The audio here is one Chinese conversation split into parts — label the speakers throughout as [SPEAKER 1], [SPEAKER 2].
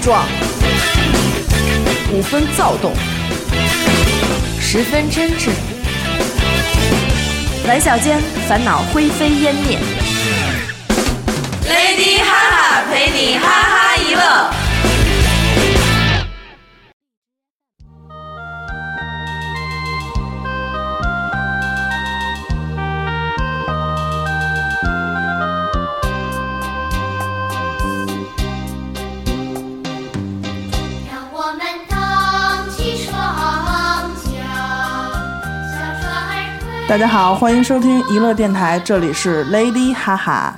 [SPEAKER 1] 撞，五分躁动，十分真挚。玩笑间，烦恼灰飞烟灭。
[SPEAKER 2] Lady 哈哈陪你哈哈一乐。
[SPEAKER 3] 让我们荡起双桨，小船儿推。
[SPEAKER 4] 大家好，欢迎收听娱乐电台，这里是 Lady 哈哈，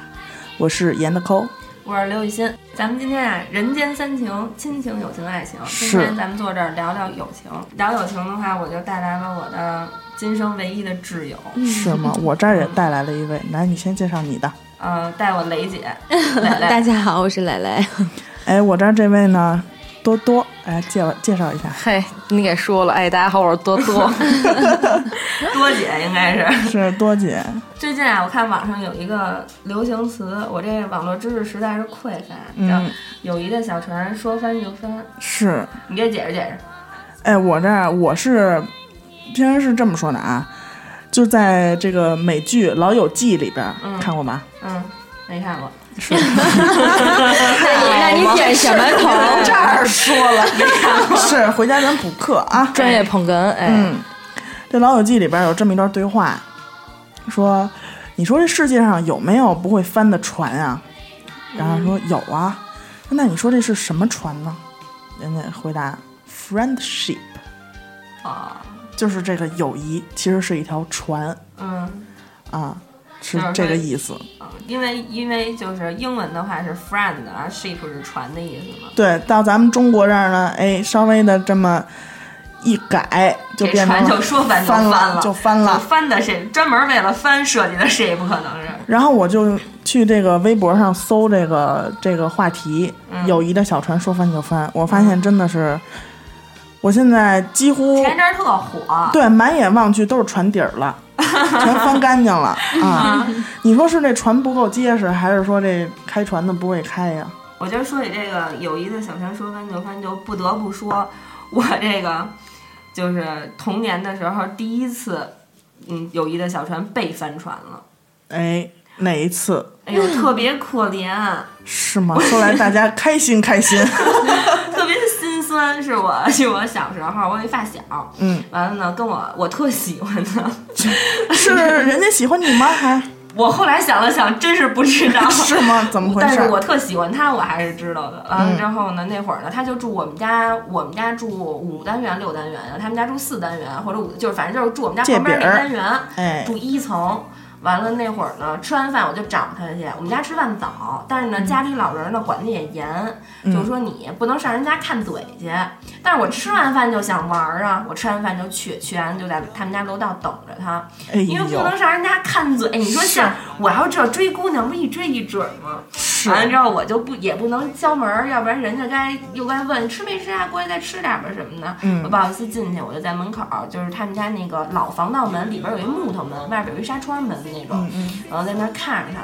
[SPEAKER 4] 我是严的抠。
[SPEAKER 2] 我是刘雨欣，咱们今天啊，人间三情，亲情、友情、爱情。
[SPEAKER 4] 是
[SPEAKER 2] 今天咱们坐这儿聊聊友情，聊友情的话，我就带来了我的今生唯一的挚友，
[SPEAKER 1] 嗯
[SPEAKER 4] 是吗？我这儿也带来了一位，来，你先介绍你的。
[SPEAKER 2] 呃，带我雷 姐，蕾
[SPEAKER 5] 大
[SPEAKER 2] 蕾，
[SPEAKER 5] 家好，我是蕾蕾。
[SPEAKER 4] 哎，我这儿这位呢，多多，哎，介介绍一下，
[SPEAKER 6] 嘿，你给说了，哎，大家好，我是多 多，
[SPEAKER 2] 多姐应该是。
[SPEAKER 4] 是多姐。
[SPEAKER 2] 最近啊，我看网上有一个流行词，我这网络知识实在是匮乏，叫
[SPEAKER 4] 嗯
[SPEAKER 2] “友谊的小船说翻就翻
[SPEAKER 4] 是，”。
[SPEAKER 2] 你给解释解释。
[SPEAKER 4] 哎，我这儿我是平时是这么说的啊，就在这个美剧《老友记》里边、
[SPEAKER 2] 嗯
[SPEAKER 4] 看过吗？
[SPEAKER 2] 嗯，没看过，
[SPEAKER 5] 那你点什么头？
[SPEAKER 4] 这儿说了， 是回家咱补课啊。
[SPEAKER 6] 专业捧哏，哎，
[SPEAKER 4] 嗯，这《老友记》里边有这么一段对话，说：“你说这世界上有没有不会翻的船啊？”然后说：“有啊。”那你说这是什么船呢？人家回答：“friendship，
[SPEAKER 2] 哦，
[SPEAKER 4] 就是这个友谊，其实是一条船
[SPEAKER 2] 嗯，
[SPEAKER 4] 啊，是
[SPEAKER 2] 就是
[SPEAKER 4] 这个
[SPEAKER 2] 说
[SPEAKER 4] 意思。
[SPEAKER 2] 哦因为因为就是英文的话是 friend 啊，ship 是船的意思嘛。
[SPEAKER 4] 对，到咱们中国这儿呢，哎，稍微的这么一改，就
[SPEAKER 2] 这
[SPEAKER 4] 变成
[SPEAKER 2] 船就说翻就
[SPEAKER 4] 翻
[SPEAKER 2] 了，
[SPEAKER 4] 就
[SPEAKER 2] 就
[SPEAKER 4] 翻
[SPEAKER 5] 嗯
[SPEAKER 4] 了。
[SPEAKER 2] 翻的 ship，专门为了翻设计的 ship 可能是。
[SPEAKER 4] 然后我就去这个微博上搜这个这个话题，
[SPEAKER 2] 嗯
[SPEAKER 4] 友谊的小船说翻就翻，我发现真的是，我现在几乎
[SPEAKER 2] 前一阵儿特火，
[SPEAKER 4] 对满眼望去都是船底儿 了，全翻干净了啊！
[SPEAKER 2] 嗯
[SPEAKER 4] 你说是这船不够结实，还是说这开船的不会开呀？
[SPEAKER 2] 我觉得说起这个友谊的小船说翻就翻，就不得不说，我这个就是童年的时候第一次，嗯，友谊的小船被翻船了，
[SPEAKER 4] 哎，哪一次
[SPEAKER 2] 哎呦，特别可怜、啊
[SPEAKER 4] 是吗？说来大家开心开 心，
[SPEAKER 2] 特别心酸。是我，是我小时候，我有一发小，
[SPEAKER 4] 嗯，
[SPEAKER 2] 完了呢，跟我我特喜欢他，
[SPEAKER 4] 是人家喜欢你吗？还。
[SPEAKER 2] 我后来想了想，真是不知道
[SPEAKER 4] 是 吗？怎么回
[SPEAKER 2] 但
[SPEAKER 4] 事嗯
[SPEAKER 2] 是？我特喜欢他，我还是知道的。完了之后呢，那会儿呢，他就住我们家，我们家住五单元、六单元，啊他们家住四单元或者五，就是反正就是住我们家
[SPEAKER 4] 借
[SPEAKER 2] 旁边
[SPEAKER 4] 饼
[SPEAKER 2] 那
[SPEAKER 4] 儿
[SPEAKER 2] 单元，
[SPEAKER 4] 哎
[SPEAKER 2] 住一层。完了那会儿呢，吃完饭我就找他去。我们家吃饭早，但
[SPEAKER 4] 嗯
[SPEAKER 2] 是呢，家里老人呢管的也严，就是说你不能上人家看嘴去。但是我吃完饭就想玩儿啊，我吃完饭就去，去完就在他们家楼道等着他。
[SPEAKER 4] 哎
[SPEAKER 2] 因为不
[SPEAKER 4] 呦
[SPEAKER 2] 能，上人家看嘴。你说像我要知道追姑娘，不一追一准吗？完了之后我就不也不能敲门儿，要不然人家该又该问吃没吃啊，过来再吃点儿吧什么的。
[SPEAKER 4] 嗯
[SPEAKER 2] 我不好意思进去，我就在门口儿，就是他们家那个老防盗门里边儿有一木头门，外边儿有一纱窗门那种，然后在那儿看着他。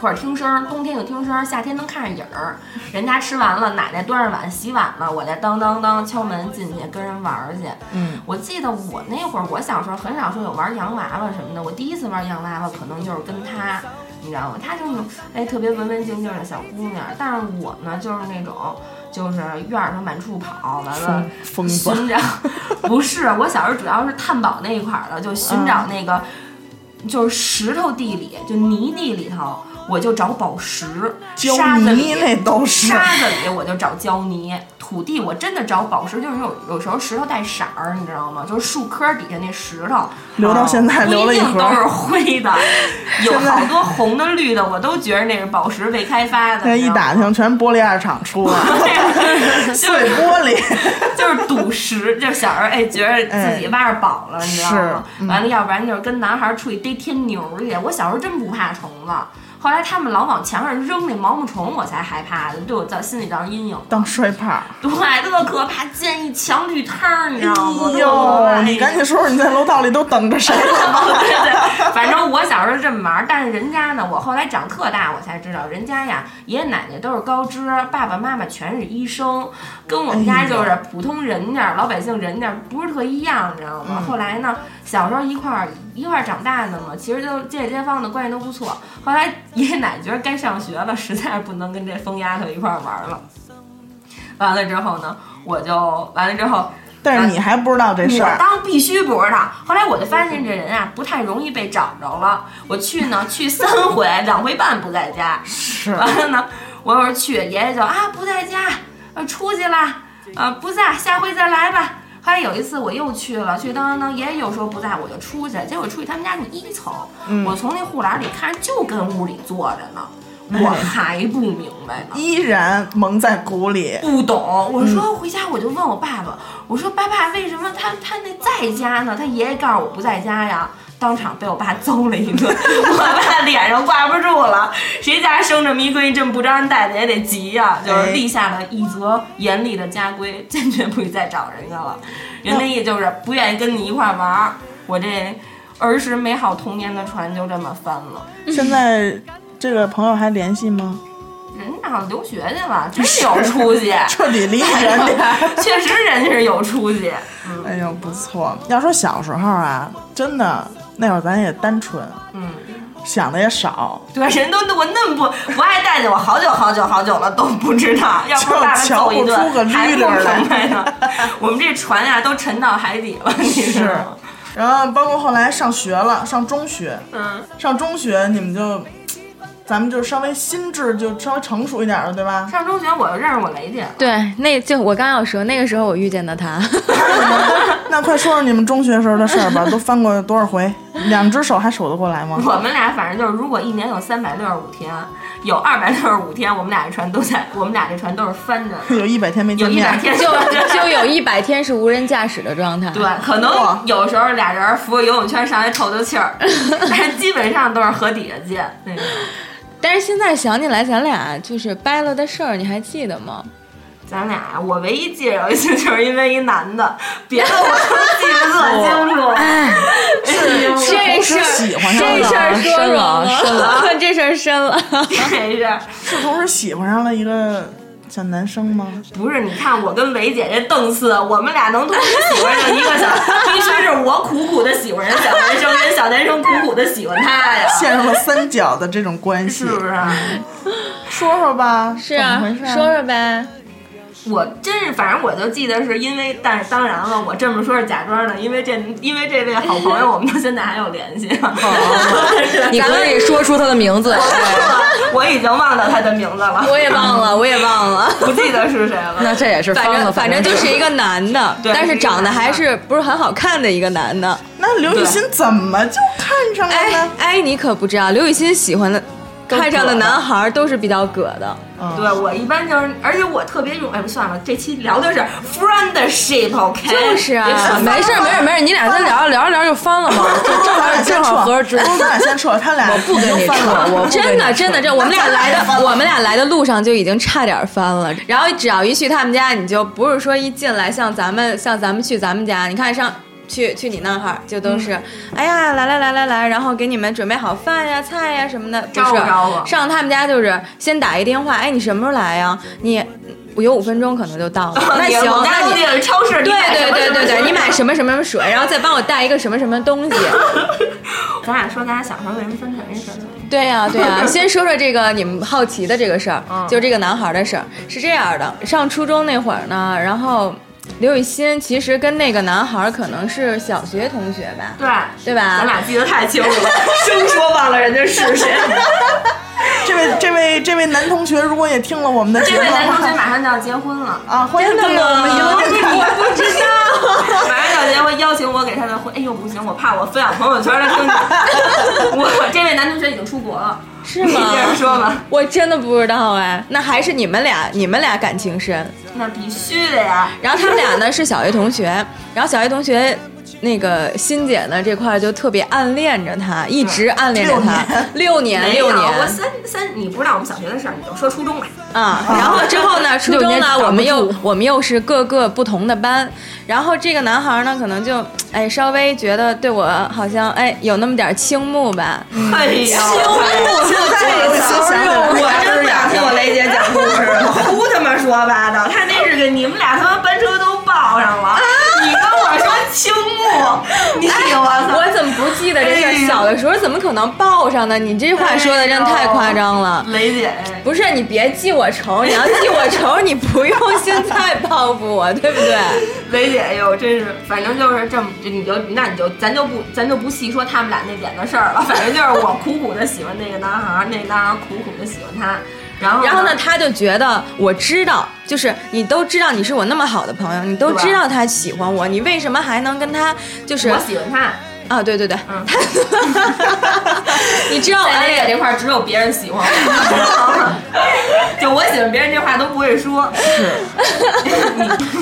[SPEAKER 2] 或者听声儿，冬天就听声儿，夏天能看着影儿。人家吃完了，奶奶端着碗洗碗了，我再当当当敲门进去跟人玩儿去。
[SPEAKER 4] 嗯，
[SPEAKER 2] 我记得我那会儿，我小时候很少说有玩洋娃娃什么的。我第一次玩洋娃娃，可能就是跟她，你知道吗？她就是哎特别文文静静的小姑娘，但是我呢就是那种就是院儿上满处跑，完了
[SPEAKER 4] 疯疯子
[SPEAKER 2] 寻找，不是 我小时候主要是探宝那一块儿的，就寻找那个、就是石头地里，就泥地里头，我就找宝石，
[SPEAKER 4] 胶
[SPEAKER 2] 沙子
[SPEAKER 4] 泥
[SPEAKER 2] 里
[SPEAKER 4] 那都 是。
[SPEAKER 2] 沙子里我就找胶泥，土地我真的找宝石，就是有有时候石头带色儿，你知道吗？就是树坑底下那石 头，啊
[SPEAKER 4] 留到现在
[SPEAKER 2] 不
[SPEAKER 4] 留了
[SPEAKER 2] 一
[SPEAKER 4] 一
[SPEAKER 2] 定
[SPEAKER 4] 盒
[SPEAKER 2] 都是
[SPEAKER 4] 儿，
[SPEAKER 2] 灰 的，有好多红的、绿的，我都觉得那是宝石未开发的。
[SPEAKER 4] 现在哎一
[SPEAKER 2] 你知道吗
[SPEAKER 4] 打听全玻璃二厂出了， 碎玻璃。
[SPEAKER 2] 就是赌石，就是小时候哎觉得自己挖着宝了，你知道吗
[SPEAKER 4] 是？嗯
[SPEAKER 2] 完了，要不然就是跟男孩儿出去逮天牛去。我小时候真不怕虫子。后来他们老往墙上扔那毛毛虫，我才害怕的，对我造心里造成阴影。
[SPEAKER 4] 当摔帕。
[SPEAKER 2] 对，特可怕，见一墙绿汤儿，你知道吗？
[SPEAKER 4] 哎
[SPEAKER 2] 对
[SPEAKER 4] 呦，你赶紧说说你在楼道里都等着谁 了吧？
[SPEAKER 2] 对对，反正我小时候这么玩儿，但是人家呢，我后来长特大，我才知道，人家呀，爷爷奶奶都是高知，爸爸妈妈全是医生，跟我们家就是普通人家、老百姓人家不是特一样，你知道吗？后来呢，小时候一块儿一块儿长大的嘛，其实就街里街坊的关系都不错。后来爷爷奶奶觉得该上学了，实在不能跟这疯丫头一块儿玩儿了。完了之后呢，我就完了之后，
[SPEAKER 4] 但是你还不知道这事
[SPEAKER 2] 我
[SPEAKER 4] 儿，
[SPEAKER 2] 当必须不知道。后来我就发现这人啊不太容易被找着了。我去呢，去三回， 两回半不在家。
[SPEAKER 4] 是
[SPEAKER 2] 完了呢，我要是去，爷爷就啊不在家，呃出去啦，呃不在，下回再来吧。后来有一次我又去了，去当当当，爷爷又说不在，我就出去。结果出去他们家那一层，
[SPEAKER 4] 嗯
[SPEAKER 2] 我从那护栏里看，就跟屋里坐着呢，
[SPEAKER 4] 哎
[SPEAKER 2] 我还不明白呢。
[SPEAKER 4] 依然蒙在鼓 里。
[SPEAKER 2] 不懂。我说回家我就问我爸爸，我说爸爸为什么他他那在家呢？他爷爷告诉我不在家呀。当场被我爸揍了一顿， 我爸脸上挂不住了。谁家生这么一闺女，这么不招人待见也得急呀、就是立下了一则严厉的家规，坚决不许再找人家了。人家也就是不愿意跟你一块玩儿。我这儿时美好童年的船就这么翻了。
[SPEAKER 4] 现在这个朋友还联系吗？
[SPEAKER 2] 人家留学去了，真是有出息。
[SPEAKER 4] 彻底离远点儿。
[SPEAKER 2] 确实人家是有出息。嗯
[SPEAKER 4] 哎呦，不错。要说小时候啊，真的那会儿咱也单纯，
[SPEAKER 2] 嗯，
[SPEAKER 4] 想的也少，
[SPEAKER 2] 对，人都我那么不不爱待见，我好久好久好久了都不知道，要不大
[SPEAKER 4] 就
[SPEAKER 2] 人
[SPEAKER 4] 瞧
[SPEAKER 2] 揍一
[SPEAKER 4] 不出个
[SPEAKER 2] 顿还
[SPEAKER 4] 绿
[SPEAKER 2] 不
[SPEAKER 4] 溜儿来
[SPEAKER 2] 明白呢。我们这船呀、都沉到海底了，你知道吗？
[SPEAKER 4] 然后包括后来上学了，上中学，
[SPEAKER 2] 嗯，
[SPEAKER 4] 上中学你们就，咱们就稍微心智就稍微成熟一点了，对吧？
[SPEAKER 2] 上中学我就认识我雷姐，
[SPEAKER 5] 对，那就我刚要说，那个时候我遇见的 他，
[SPEAKER 4] 那快说说你们中学时候的事儿吧，都翻过多少回？两只手还数得过来吗？
[SPEAKER 2] 我们俩反正就是，如果一年有三百六十五天，有二百六十五天，我们俩这船都在，我们俩这船都是翻着的，
[SPEAKER 4] 有一百天没
[SPEAKER 2] 有
[SPEAKER 4] 见
[SPEAKER 2] 一百
[SPEAKER 4] 面，
[SPEAKER 2] 天
[SPEAKER 5] 就就有一百天是无人驾驶的状态。
[SPEAKER 2] 对，可
[SPEAKER 4] 哇
[SPEAKER 2] 能有时候俩人扶着游泳圈上来透透气儿，但是基本上都是河底下见那种。
[SPEAKER 5] 但是现在想起来，咱俩就是掰了的事儿，你还记得吗？
[SPEAKER 2] 咱俩，我唯一记得有一次，就是因为一男的，别的我都记不特清楚。
[SPEAKER 5] 这事
[SPEAKER 4] 同时
[SPEAKER 5] 儿，
[SPEAKER 4] 喜欢上
[SPEAKER 5] 嗯这
[SPEAKER 4] 了
[SPEAKER 5] 事儿说
[SPEAKER 6] 深了
[SPEAKER 5] 说
[SPEAKER 6] 深
[SPEAKER 5] 了，啊 这事儿深了。
[SPEAKER 2] 这是
[SPEAKER 4] 是同时喜欢上了一个小男生吗？
[SPEAKER 2] 不是？你看我跟雷姐这档次，我们俩能同时喜欢上一个小，必须是我苦苦的喜欢上小男生，跟小男生苦苦的喜欢他呀，
[SPEAKER 4] 陷入了三角的这种关系
[SPEAKER 2] 是，啊不是？
[SPEAKER 4] 说说吧，
[SPEAKER 5] 是啊
[SPEAKER 4] 怎么回事，啊？
[SPEAKER 5] 说说呗。
[SPEAKER 2] 我真是，反正我就记得是因为，但是当然了，我这么说是假装的，因为这因为这位好朋友，我们到现在还有联系。啊
[SPEAKER 5] 哦
[SPEAKER 6] 你可以说出他的名字。
[SPEAKER 2] 我已经忘掉他的名字了，
[SPEAKER 5] 我也忘了，我也忘了。
[SPEAKER 2] 不记得是谁了。
[SPEAKER 6] 那这也是
[SPEAKER 5] 啊反
[SPEAKER 6] 翻了，
[SPEAKER 5] 正反正就是一个男的，
[SPEAKER 2] 对
[SPEAKER 5] 但
[SPEAKER 2] 是
[SPEAKER 5] 是
[SPEAKER 2] 一个
[SPEAKER 5] 长得
[SPEAKER 2] 男的
[SPEAKER 5] 还是不是很好看的一个男的。
[SPEAKER 4] 那刘雨欣怎么就看上了
[SPEAKER 5] 哎
[SPEAKER 4] 呢？
[SPEAKER 5] 哎，你可不知道，刘雨欣喜欢的、
[SPEAKER 4] 都
[SPEAKER 5] 看上的
[SPEAKER 4] 葛的
[SPEAKER 5] 男孩儿都是比较葛的。
[SPEAKER 4] 嗯
[SPEAKER 2] 对我一般就是，而且我特别用，哎，算了，这期聊的是 friendship，OK，、
[SPEAKER 5] 就是啊
[SPEAKER 2] 别扯，
[SPEAKER 6] 没事儿没事儿没事儿，你俩再聊聊着聊着就 翻了嘛，就正
[SPEAKER 4] 咱俩
[SPEAKER 6] 好
[SPEAKER 4] 先
[SPEAKER 6] 正
[SPEAKER 4] 撤，
[SPEAKER 6] 好合着。
[SPEAKER 4] 咱俩先撤，他俩我
[SPEAKER 6] 不跟你扯，我不跟
[SPEAKER 5] 真
[SPEAKER 6] 你
[SPEAKER 5] 的，
[SPEAKER 6] 扯
[SPEAKER 5] 真的，这我们俩来的，我们俩来的路上就已经差点翻了。然后只要一去他们家，你就不是说一进来像咱们像咱们去咱们家，你看上去去你那哈儿就都是，
[SPEAKER 6] 嗯
[SPEAKER 5] 哎呀，来来来来来，然后给你们准备好饭呀、菜呀什么的，不
[SPEAKER 2] 招
[SPEAKER 5] 是
[SPEAKER 2] 呼招呼
[SPEAKER 5] 上他们家就是先打一电话，哎，你什么时候来呀？你我有五分钟可能就到了， 那行，
[SPEAKER 2] 我
[SPEAKER 5] 那
[SPEAKER 2] 家
[SPEAKER 5] 你
[SPEAKER 2] 附近有超市，
[SPEAKER 5] 对对对对对，你买什
[SPEAKER 2] 么？
[SPEAKER 5] 么什么什么水，然后再帮我带一个什么什么东西。
[SPEAKER 2] 咱俩说咱俩小时候为什么分成这事儿？
[SPEAKER 5] 对呀、对呀、 先说说这个你们好奇的这个事儿，
[SPEAKER 2] 嗯
[SPEAKER 5] 就这个男孩的事儿是这样的。上初中那会儿呢，然后刘雨欣其实跟那个男孩可能是小学同学吧，
[SPEAKER 2] 对，
[SPEAKER 5] 对吧？
[SPEAKER 2] 咱俩记得太清楚了， 生说忘了人家是谁。
[SPEAKER 4] 这位这位这位男同学，如果也听了我们的节
[SPEAKER 2] 这
[SPEAKER 4] 目
[SPEAKER 2] 位
[SPEAKER 4] 的
[SPEAKER 2] 男同学
[SPEAKER 4] 话，
[SPEAKER 2] 马上就要结婚 了，
[SPEAKER 4] 啊，欢迎跟着我们一路电台。
[SPEAKER 2] 我不知道， 马上就要结婚，邀请我给他的婚。哎呦，不行，我怕我分享朋友圈他听见。 我这位男同学已经出国了，
[SPEAKER 5] 是
[SPEAKER 2] 你
[SPEAKER 5] 吗
[SPEAKER 2] 接？ 着说吧。
[SPEAKER 5] 我真的不知道哎，那还是你们俩，你们俩感情深。
[SPEAKER 2] 那必须的呀。
[SPEAKER 5] 然后他们俩呢是小学同学，然后小学同学那个欣姐呢这块就特别暗恋着他，一直暗恋着他六年
[SPEAKER 2] 没
[SPEAKER 5] 六
[SPEAKER 2] 有，啊
[SPEAKER 5] 年
[SPEAKER 2] 我三三，你不知道我们小学的事儿，你就说初中吧。
[SPEAKER 5] 啊，然后之后呢，初
[SPEAKER 6] 六
[SPEAKER 5] 中
[SPEAKER 6] 年
[SPEAKER 5] 呢
[SPEAKER 6] 挡，不
[SPEAKER 5] 我们又
[SPEAKER 6] 住
[SPEAKER 5] 我们又是各个不同的班，然后这个男孩呢，可能就哎稍微觉得对我好像哎有那么点倾慕吧，
[SPEAKER 4] 嗯
[SPEAKER 2] 哎呀， 我
[SPEAKER 4] 现在我就想起来了，
[SPEAKER 2] 我真不想听我雷姐讲故事了， 胡他妈说八道。他那是给你们俩他妈班车都报上
[SPEAKER 4] 啊
[SPEAKER 2] 了，你跟我说倾 慕，
[SPEAKER 4] 哎
[SPEAKER 2] 你哎我操！
[SPEAKER 5] 我怎么不记得这事
[SPEAKER 2] 哎
[SPEAKER 5] 儿？
[SPEAKER 2] 呦
[SPEAKER 5] 小的时候怎么可能抱上呢？你这话说的真太夸张
[SPEAKER 4] 哎
[SPEAKER 5] 了。
[SPEAKER 2] 雷姐，
[SPEAKER 5] 不是你别记我仇，你要记我仇，你不用现在报复我，对不对？
[SPEAKER 2] 雷姐，哎呦，真是，反正就是这么，你就那你就咱就不咱就不细说他们俩那点的事儿了，反正就是我苦苦的喜欢那个男孩儿，那男孩儿苦苦的喜欢他，然后
[SPEAKER 5] 然后呢，他就觉得我知道，就是你都知道你是我那么好的朋友，你都
[SPEAKER 2] 对吧
[SPEAKER 5] 知道他喜欢我，你为什么还能跟他就是
[SPEAKER 2] 我喜欢他，
[SPEAKER 5] 啊？对对对，
[SPEAKER 2] 嗯
[SPEAKER 5] 他 你知道哎我
[SPEAKER 2] 在
[SPEAKER 5] 暗
[SPEAKER 2] 雷姐
[SPEAKER 5] 恋
[SPEAKER 2] 这块儿只有别人喜欢 我，就我喜欢别人这话都不会说，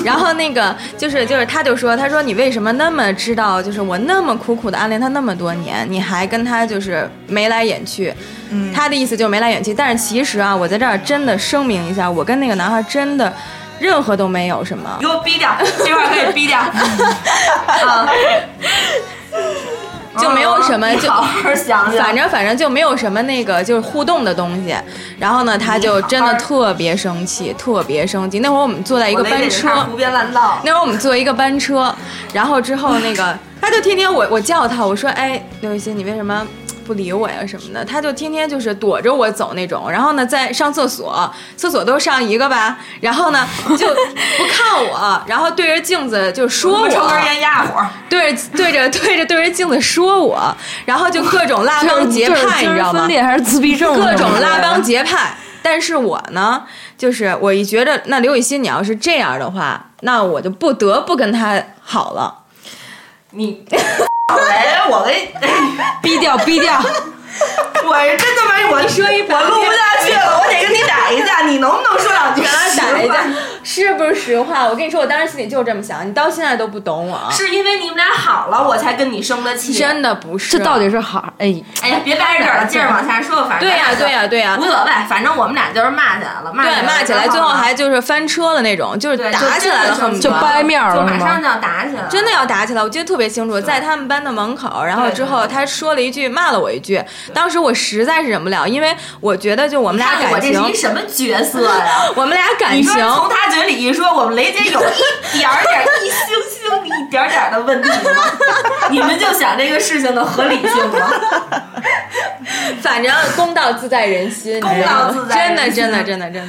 [SPEAKER 5] 然后那个就是就是，他就说，他说你为什么那么知道，就是我那么苦苦的暗恋他那么多年，你还跟他就是眉来眼去，嗯，他的意思就是眉来眼去。但是其实啊，我在这儿真的声明一下，我跟那个男孩真的任何都没有什么
[SPEAKER 2] 你。 给我逼掉，这块儿可以逼 掉，啊，
[SPEAKER 5] 就没有什么
[SPEAKER 2] 哦你
[SPEAKER 5] 就
[SPEAKER 2] 好好想想，
[SPEAKER 5] 反正反正就没有什么那个就是互动的东西，然后呢，他就真的特别生气，特别生气。那会儿我们坐在一
[SPEAKER 2] 一
[SPEAKER 5] 个班车，
[SPEAKER 2] 胡编乱造，
[SPEAKER 5] 那会儿我们坐一个班车，然后之后那个他就天天我我叫他，我说哎刘雨欣你为什么？不理我呀什么的，他就天天就是躲着我走那种，然后呢，在上厕所，厕所都上一个吧，然后呢就不看我，然后对着镜子就说我，
[SPEAKER 2] 抽根烟压火，
[SPEAKER 5] 对着对着对着对着镜子说我，然后就各种拉帮结
[SPEAKER 6] 这是
[SPEAKER 5] 派，
[SPEAKER 6] 精
[SPEAKER 5] 你知
[SPEAKER 6] 神
[SPEAKER 5] 道吗
[SPEAKER 6] 分？裂还是自闭症？
[SPEAKER 5] 各种拉帮。结派。但是我呢，就是我一觉着，那刘雨欣，你要是这样的话，那我就不得不跟他好了。
[SPEAKER 2] 你。 哎，我给，
[SPEAKER 6] 逼掉，逼 掉！
[SPEAKER 2] 我是真他妈我说一我录不下去了，我得跟你打一架，你能不能说两句？
[SPEAKER 5] 跟他打一架，是不是实话？我跟你说，我当时心里就是这么想，你到现在都不懂我啊，啊
[SPEAKER 2] 是因为你们俩好了，我才跟你生的气。
[SPEAKER 5] 真的不是。
[SPEAKER 6] 这到底是好？哎，
[SPEAKER 2] 哎呀，别掰扯了，接着往下说，反正
[SPEAKER 5] 对呀、对呀、对呀、
[SPEAKER 2] 无所谓，反正我们俩就是骂起来了，骂
[SPEAKER 5] 对，骂起来，最后
[SPEAKER 2] 然
[SPEAKER 5] 还就是翻车了那种，就是
[SPEAKER 2] 对就
[SPEAKER 5] 打起来
[SPEAKER 2] 真
[SPEAKER 5] 了，
[SPEAKER 2] 的
[SPEAKER 5] 恨不得
[SPEAKER 6] 就掰面儿
[SPEAKER 2] 就
[SPEAKER 6] 了
[SPEAKER 2] 马
[SPEAKER 6] 是
[SPEAKER 2] 上
[SPEAKER 6] 吗？
[SPEAKER 2] 就要打起来了，
[SPEAKER 5] 真的要打起来，我记得特别清楚，在他们班的门口，然后
[SPEAKER 2] 对对
[SPEAKER 5] 之后
[SPEAKER 2] 对
[SPEAKER 5] 他说了一句，骂了我一句，当时我实在是忍不了，因为我觉得就我们俩
[SPEAKER 2] 看我
[SPEAKER 5] 感
[SPEAKER 2] 这
[SPEAKER 5] 情
[SPEAKER 2] 是，一什么角色呀？
[SPEAKER 5] 我们俩 感
[SPEAKER 2] 你
[SPEAKER 5] 情
[SPEAKER 2] 说，从他嘴里一说，我们雷姐有一点儿点儿、一星星、一点儿点儿的问题吗？ 你们就想这个事情的合理性吗？
[SPEAKER 5] 反正公道自在人心，
[SPEAKER 2] 公道自在人心
[SPEAKER 5] 你知道吗真的真的真的真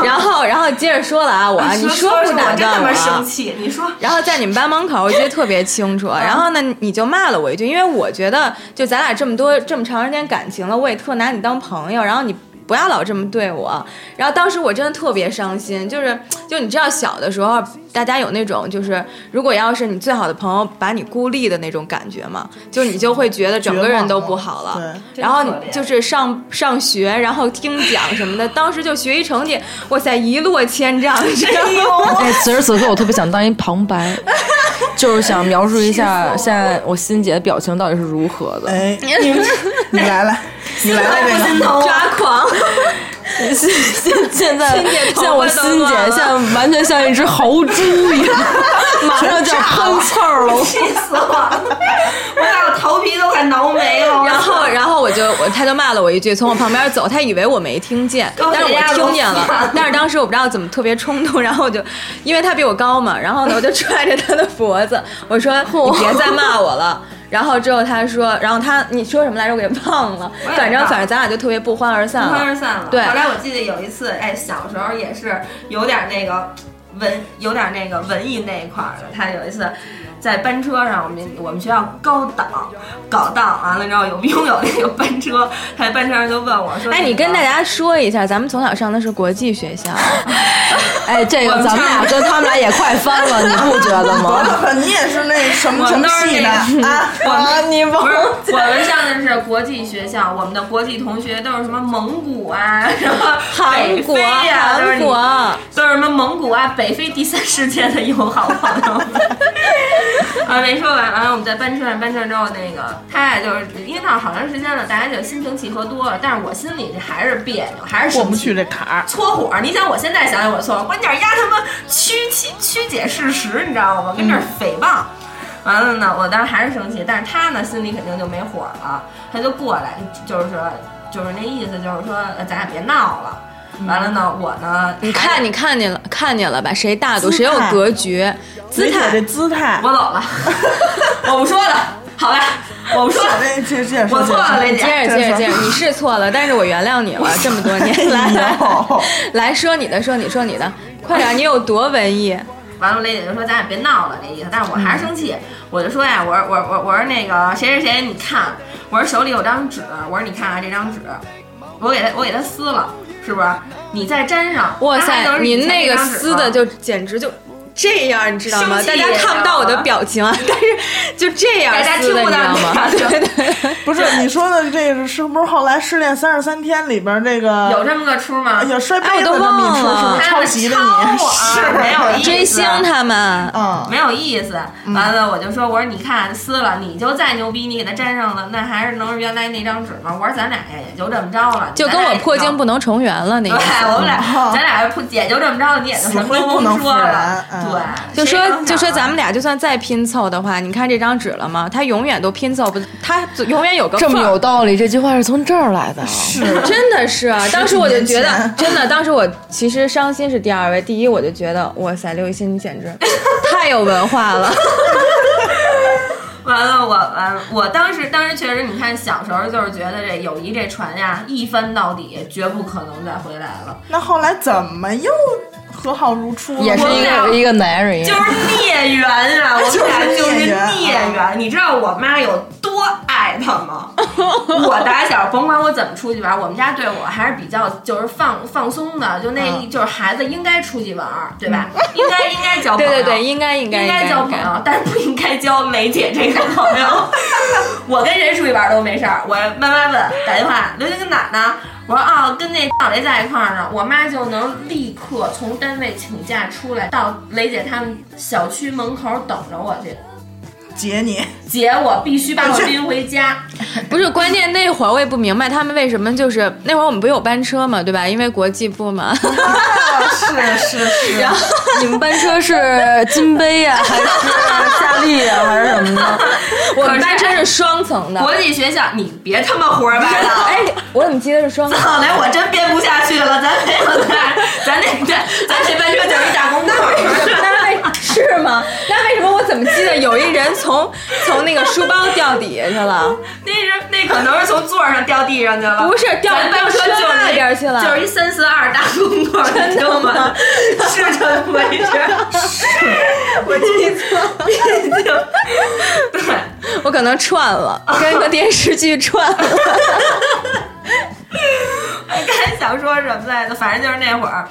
[SPEAKER 5] 的。然后然后接着说了啊，我啊你
[SPEAKER 2] 说
[SPEAKER 5] 不
[SPEAKER 2] 说我
[SPEAKER 5] 打
[SPEAKER 2] 真他
[SPEAKER 5] 断
[SPEAKER 2] 妈
[SPEAKER 5] 我
[SPEAKER 2] 生
[SPEAKER 5] 啊。
[SPEAKER 2] 气，你说
[SPEAKER 5] 然后在你们班门口，我记得特别清楚。然后呢，你就骂了我一句，因为我觉得就咱俩这么多这么长时间感情了，我也特拿你当朋友，然后你。不要老这么对我，然后当时我真的特别伤心，就是就你知道小的时候，大家有那种就是如果要是你最好的朋友把你孤立的那种感觉嘛，就你就会觉得整个人都不好
[SPEAKER 4] 绝望
[SPEAKER 5] 了
[SPEAKER 4] 了。
[SPEAKER 2] 对
[SPEAKER 5] 然后
[SPEAKER 2] 真
[SPEAKER 5] 你
[SPEAKER 2] 可怜
[SPEAKER 5] 就是上上学，然后听讲什么的，当时就学习成绩，哇塞一落千丈，你知道吗？
[SPEAKER 6] 哎，此时此刻我特别想当一旁白， 就是想描述一下现在我欣姐的表情到底是如何的。
[SPEAKER 4] 哎，你来了，你来了，这个
[SPEAKER 2] 心疼。
[SPEAKER 5] 抓狂。
[SPEAKER 6] 现现现在
[SPEAKER 5] 欣姐头发
[SPEAKER 6] 现在我
[SPEAKER 5] 都
[SPEAKER 6] 欣
[SPEAKER 5] 乱
[SPEAKER 6] 姐
[SPEAKER 5] 了
[SPEAKER 6] 现在完全像一只豪猪一样， 马上就要喷气儿 了。
[SPEAKER 2] 气死我了！我把我头皮都快挠没了。
[SPEAKER 5] 然后，然后我就我他就骂了我一句，从我旁边走，他以为我没听见，
[SPEAKER 2] 高
[SPEAKER 5] 但是
[SPEAKER 2] 血
[SPEAKER 5] 我
[SPEAKER 2] 压
[SPEAKER 5] 听
[SPEAKER 2] 都
[SPEAKER 5] 见
[SPEAKER 2] 犯
[SPEAKER 5] 了
[SPEAKER 2] 了。
[SPEAKER 5] 但是当时我不知道怎么特别冲动，然后我就，因为他比我高嘛，然后呢我就拽着他的脖子，我说你别再骂我 了。然后之后他说，然后他你说什么来着？我给忘了
[SPEAKER 2] 我也，
[SPEAKER 5] 反正
[SPEAKER 2] 忘了
[SPEAKER 5] 反正咱俩就特别不欢而散
[SPEAKER 2] 不欢
[SPEAKER 5] 了。
[SPEAKER 2] 而散了。
[SPEAKER 5] 对
[SPEAKER 2] 后来我记得有一次，哎，小时候也是有点那个文，有点那个文艺那一块儿的。他有一次在班车上，我们我们学校高档搞档完了之后，有 拥有那个班车，他在班车上就问我说：“
[SPEAKER 5] 哎，你跟大
[SPEAKER 2] 那个
[SPEAKER 5] 家说一下，咱们从小上的是国际学 校，
[SPEAKER 6] 哎，这个咱们俩跟他们俩也快翻了，你不觉得
[SPEAKER 4] 我
[SPEAKER 6] 吗？
[SPEAKER 4] 可你也是那什么
[SPEAKER 2] 我
[SPEAKER 4] 什
[SPEAKER 2] 们
[SPEAKER 4] 么
[SPEAKER 2] 都是
[SPEAKER 4] 系的
[SPEAKER 2] 那
[SPEAKER 4] 啊？
[SPEAKER 6] 啊，你不
[SPEAKER 2] 不是，我们上的是国际学校，我们的国际同学都是什么蒙古啊，什么
[SPEAKER 5] 韩
[SPEAKER 2] 北
[SPEAKER 5] 国，
[SPEAKER 2] 非呀、都是
[SPEAKER 5] 韩
[SPEAKER 2] 你
[SPEAKER 5] 国。
[SPEAKER 2] 啊都是什么蒙古啊、北非第三世界的友好朋友们，啊，没说完啊，我们在班车上，班车之后那个他俩就是因为闹好长时间了，大家就心平气和多了，但是我心里这还是别扭，还是
[SPEAKER 4] 过
[SPEAKER 2] 生
[SPEAKER 4] 不
[SPEAKER 2] 气
[SPEAKER 4] 去这坎儿。
[SPEAKER 2] 搓火儿，你想我现在想想我搓火儿，关键是丫他妈曲其曲解事实，你知道吗？跟这儿诽谤。完了呢，我当时还是生气，但是他呢心里肯定就没火儿了，他就过来，就是说，就是那意思，就是说呃咱俩别闹了。完了呢，我呢，还
[SPEAKER 5] 你看，你看见了，看见了吧？谁大度，
[SPEAKER 4] 姿
[SPEAKER 5] 谁有
[SPEAKER 4] 态
[SPEAKER 5] 格局，姿
[SPEAKER 4] 没准这
[SPEAKER 5] 态。
[SPEAKER 4] 姿态，
[SPEAKER 2] 我走了， 我不说了，好吧，我不说了，
[SPEAKER 4] 这这这
[SPEAKER 2] 我错了，雷
[SPEAKER 5] 接
[SPEAKER 2] 姐。
[SPEAKER 4] 这
[SPEAKER 5] 着接
[SPEAKER 4] 事
[SPEAKER 5] 着
[SPEAKER 4] 儿
[SPEAKER 5] 接着，你是错了，但是我原谅你 了。这么多年来
[SPEAKER 2] 哎
[SPEAKER 5] 来 来说你的，说你说你的，快点，你有多文艺？
[SPEAKER 2] 完了，雷姐就说咱俩别闹了，那意思。但是我还是生气，我就说呀，我说我我我说那个谁谁谁，你看，我说手里有张纸，我说你看啊这张纸，我给他我给他撕了，是不是？你再粘上，
[SPEAKER 5] 哇
[SPEAKER 2] 它还
[SPEAKER 5] 塞，
[SPEAKER 2] 能是以
[SPEAKER 5] 您
[SPEAKER 2] 前
[SPEAKER 5] 那个
[SPEAKER 2] 张纸
[SPEAKER 5] 撕
[SPEAKER 2] 吗
[SPEAKER 5] 的就简直就这样，你知道吗？
[SPEAKER 2] 生
[SPEAKER 5] 大
[SPEAKER 2] 气
[SPEAKER 5] 家看不到我的表情 啊，但是就这样
[SPEAKER 2] 大家
[SPEAKER 5] 撕
[SPEAKER 2] 听
[SPEAKER 5] 的，你
[SPEAKER 2] 不
[SPEAKER 5] 知
[SPEAKER 2] 到
[SPEAKER 5] 道吗？
[SPEAKER 2] 你的表情
[SPEAKER 5] 对对。
[SPEAKER 4] 不是你说的这个是不是后来《失恋三十三天》里边这个
[SPEAKER 2] 有这么个出吗？
[SPEAKER 4] 有啊摔杯
[SPEAKER 5] 哎我
[SPEAKER 4] 子
[SPEAKER 5] 都
[SPEAKER 4] 的那么一
[SPEAKER 5] 忘
[SPEAKER 4] 出，是
[SPEAKER 5] 了
[SPEAKER 4] 不是抄袭的你？
[SPEAKER 2] 是没有意思
[SPEAKER 5] 追星他们，啊
[SPEAKER 4] 嗯，
[SPEAKER 2] 没有意思。完了，我就说，我说你看撕了，你就再牛逼，你给它粘上了，那还是能是原来那张纸吗？我说咱俩呀也就这么着了，
[SPEAKER 5] 就跟我破镜不
[SPEAKER 2] 能。
[SPEAKER 5] 能重圆了那
[SPEAKER 2] 对，
[SPEAKER 5] 个意思。
[SPEAKER 2] 哎我们俩咱俩不也就这么着了，你也就什么都甭说了。对，
[SPEAKER 5] 就
[SPEAKER 2] 谁
[SPEAKER 5] 说
[SPEAKER 2] 能
[SPEAKER 5] 就说
[SPEAKER 2] 想啊
[SPEAKER 5] 咱们俩就算再拼凑的话，你看这张纸了吗？它永远都拼凑不，它永远有个
[SPEAKER 6] 这
[SPEAKER 5] 缝
[SPEAKER 6] 么
[SPEAKER 5] 儿
[SPEAKER 6] 有道理，这句话是从这儿来的。啊
[SPEAKER 4] 是
[SPEAKER 5] 真的是 啊，当时我就觉
[SPEAKER 4] 年
[SPEAKER 5] 得
[SPEAKER 4] 前，
[SPEAKER 5] 真的，当时我其实伤心是第二位，第一我就觉得，哇塞，刘雨欣 你简直太有文化了。
[SPEAKER 2] 完了，我完了，我当时当时确实，你看小时候就是觉得这友谊这船呀，一翻到底，绝不可能再回来了，
[SPEAKER 4] 那后来怎么又和好如初了？
[SPEAKER 6] 也是
[SPEAKER 2] 我
[SPEAKER 6] 一
[SPEAKER 2] 俩
[SPEAKER 6] 个一个男人，
[SPEAKER 2] 就是孽缘啊！我们俩就是
[SPEAKER 4] 就是孽缘
[SPEAKER 2] 孽缘，你知道我妈有多爱他吗？我打小甭管我怎么出去玩，我们家对我还是比较就是放放松的，就
[SPEAKER 5] 嗯
[SPEAKER 2] 那就是孩子应该出去玩，对吧？应该应该交朋
[SPEAKER 5] 对
[SPEAKER 2] 友，
[SPEAKER 5] 嗯对对，应该应该
[SPEAKER 2] 应该交
[SPEAKER 5] 应
[SPEAKER 2] 朋友，但是不应该交梅姐这个朋友。 我跟谁出去玩都没事儿，我妈妈问打电话，刘星跟哪儿呢？我说啊、跟那老雷在一块儿呢。我妈就能立刻从单位请假出来，到雷姐他们小区门口等着我去。
[SPEAKER 4] 姐你
[SPEAKER 2] 姐，我必须把我拎回家。
[SPEAKER 5] 不是关键，那会儿我也不明白他们为什么就是那会儿我们不是有班车嘛，对吧？因为国际部嘛，
[SPEAKER 4] 是是是，
[SPEAKER 5] 然后
[SPEAKER 6] 你们班车是金杯呀、还是啊夏利呀、还是什么的？
[SPEAKER 5] 我们班车是双层的。
[SPEAKER 2] 国际学校，你别他妈胡说八 道。
[SPEAKER 5] 哎，我怎么记得是双层？
[SPEAKER 2] 后来我真编不下去了，咱没有咱咱那咱咱这班车就是一大公道。
[SPEAKER 5] 那为是吗？那为什么我怎么记得有一人从从那个书包掉底下去了？
[SPEAKER 2] 那是那可能是从座上掉地上去了，
[SPEAKER 5] 不是掉
[SPEAKER 2] 咱班
[SPEAKER 5] 掉
[SPEAKER 2] 车
[SPEAKER 5] 车
[SPEAKER 2] 就是
[SPEAKER 5] 那
[SPEAKER 2] 一
[SPEAKER 5] 边去了
[SPEAKER 2] 就是一三四二大公座，你知道吗？是这么回事儿，我记错，毕竟对。
[SPEAKER 5] 我可能串了，跟个电视剧串了。
[SPEAKER 2] 我刚才想说什么来着？反正就是那会儿，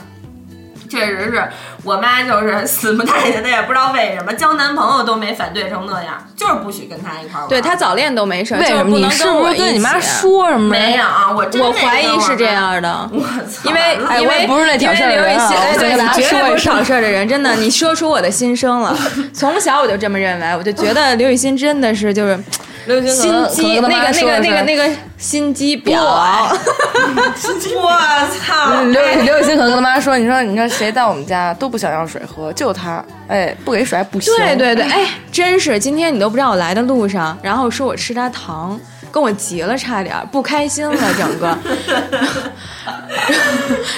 [SPEAKER 2] 确实是我妈就是死不待见，她也不知道为什么，交男朋友都没反对成那样，就是不许跟她一块儿玩。
[SPEAKER 5] 对他早恋都没事儿，
[SPEAKER 6] 为什
[SPEAKER 5] 就是
[SPEAKER 6] 么？
[SPEAKER 5] 不
[SPEAKER 6] 你
[SPEAKER 5] 能
[SPEAKER 6] 是不
[SPEAKER 5] 我
[SPEAKER 6] 是
[SPEAKER 5] 一
[SPEAKER 6] 跟你妈
[SPEAKER 5] 起？
[SPEAKER 6] 说什么？
[SPEAKER 2] 没有，啊，我真
[SPEAKER 5] 我
[SPEAKER 2] 没
[SPEAKER 5] 怀疑
[SPEAKER 2] 跟
[SPEAKER 5] 是
[SPEAKER 2] 我
[SPEAKER 5] 这
[SPEAKER 2] 妈。
[SPEAKER 5] 样的，
[SPEAKER 2] 我操！
[SPEAKER 5] 因为
[SPEAKER 6] 哎
[SPEAKER 5] 因
[SPEAKER 6] 我
[SPEAKER 5] 为
[SPEAKER 6] 也不是那挑事儿的
[SPEAKER 5] 因为刘
[SPEAKER 6] 人
[SPEAKER 5] 雨
[SPEAKER 6] 啊
[SPEAKER 5] 欣，哎
[SPEAKER 6] 我跟
[SPEAKER 5] 对，
[SPEAKER 6] 大
[SPEAKER 5] 你
[SPEAKER 6] 家
[SPEAKER 5] 绝
[SPEAKER 6] 说
[SPEAKER 5] 对不
[SPEAKER 6] 一
[SPEAKER 5] 是
[SPEAKER 6] 声
[SPEAKER 5] 挑事儿的人，真 的，你说出我的心声了。从小我就这么认为，我就觉得刘雨欣真的是就是
[SPEAKER 6] 刘军
[SPEAKER 5] 心机，那个那个那个那个心机婊，
[SPEAKER 2] 我操！
[SPEAKER 6] 嗯刘刘雨欣可能跟他妈说：“你说，你看谁到我们家都不想要水喝，就他，哎，不给水还不行。”
[SPEAKER 5] 对对对，哎，真是今天你都不知道我来的路上，然后说我吃他糖，跟我急了，差点儿不开心了，整个。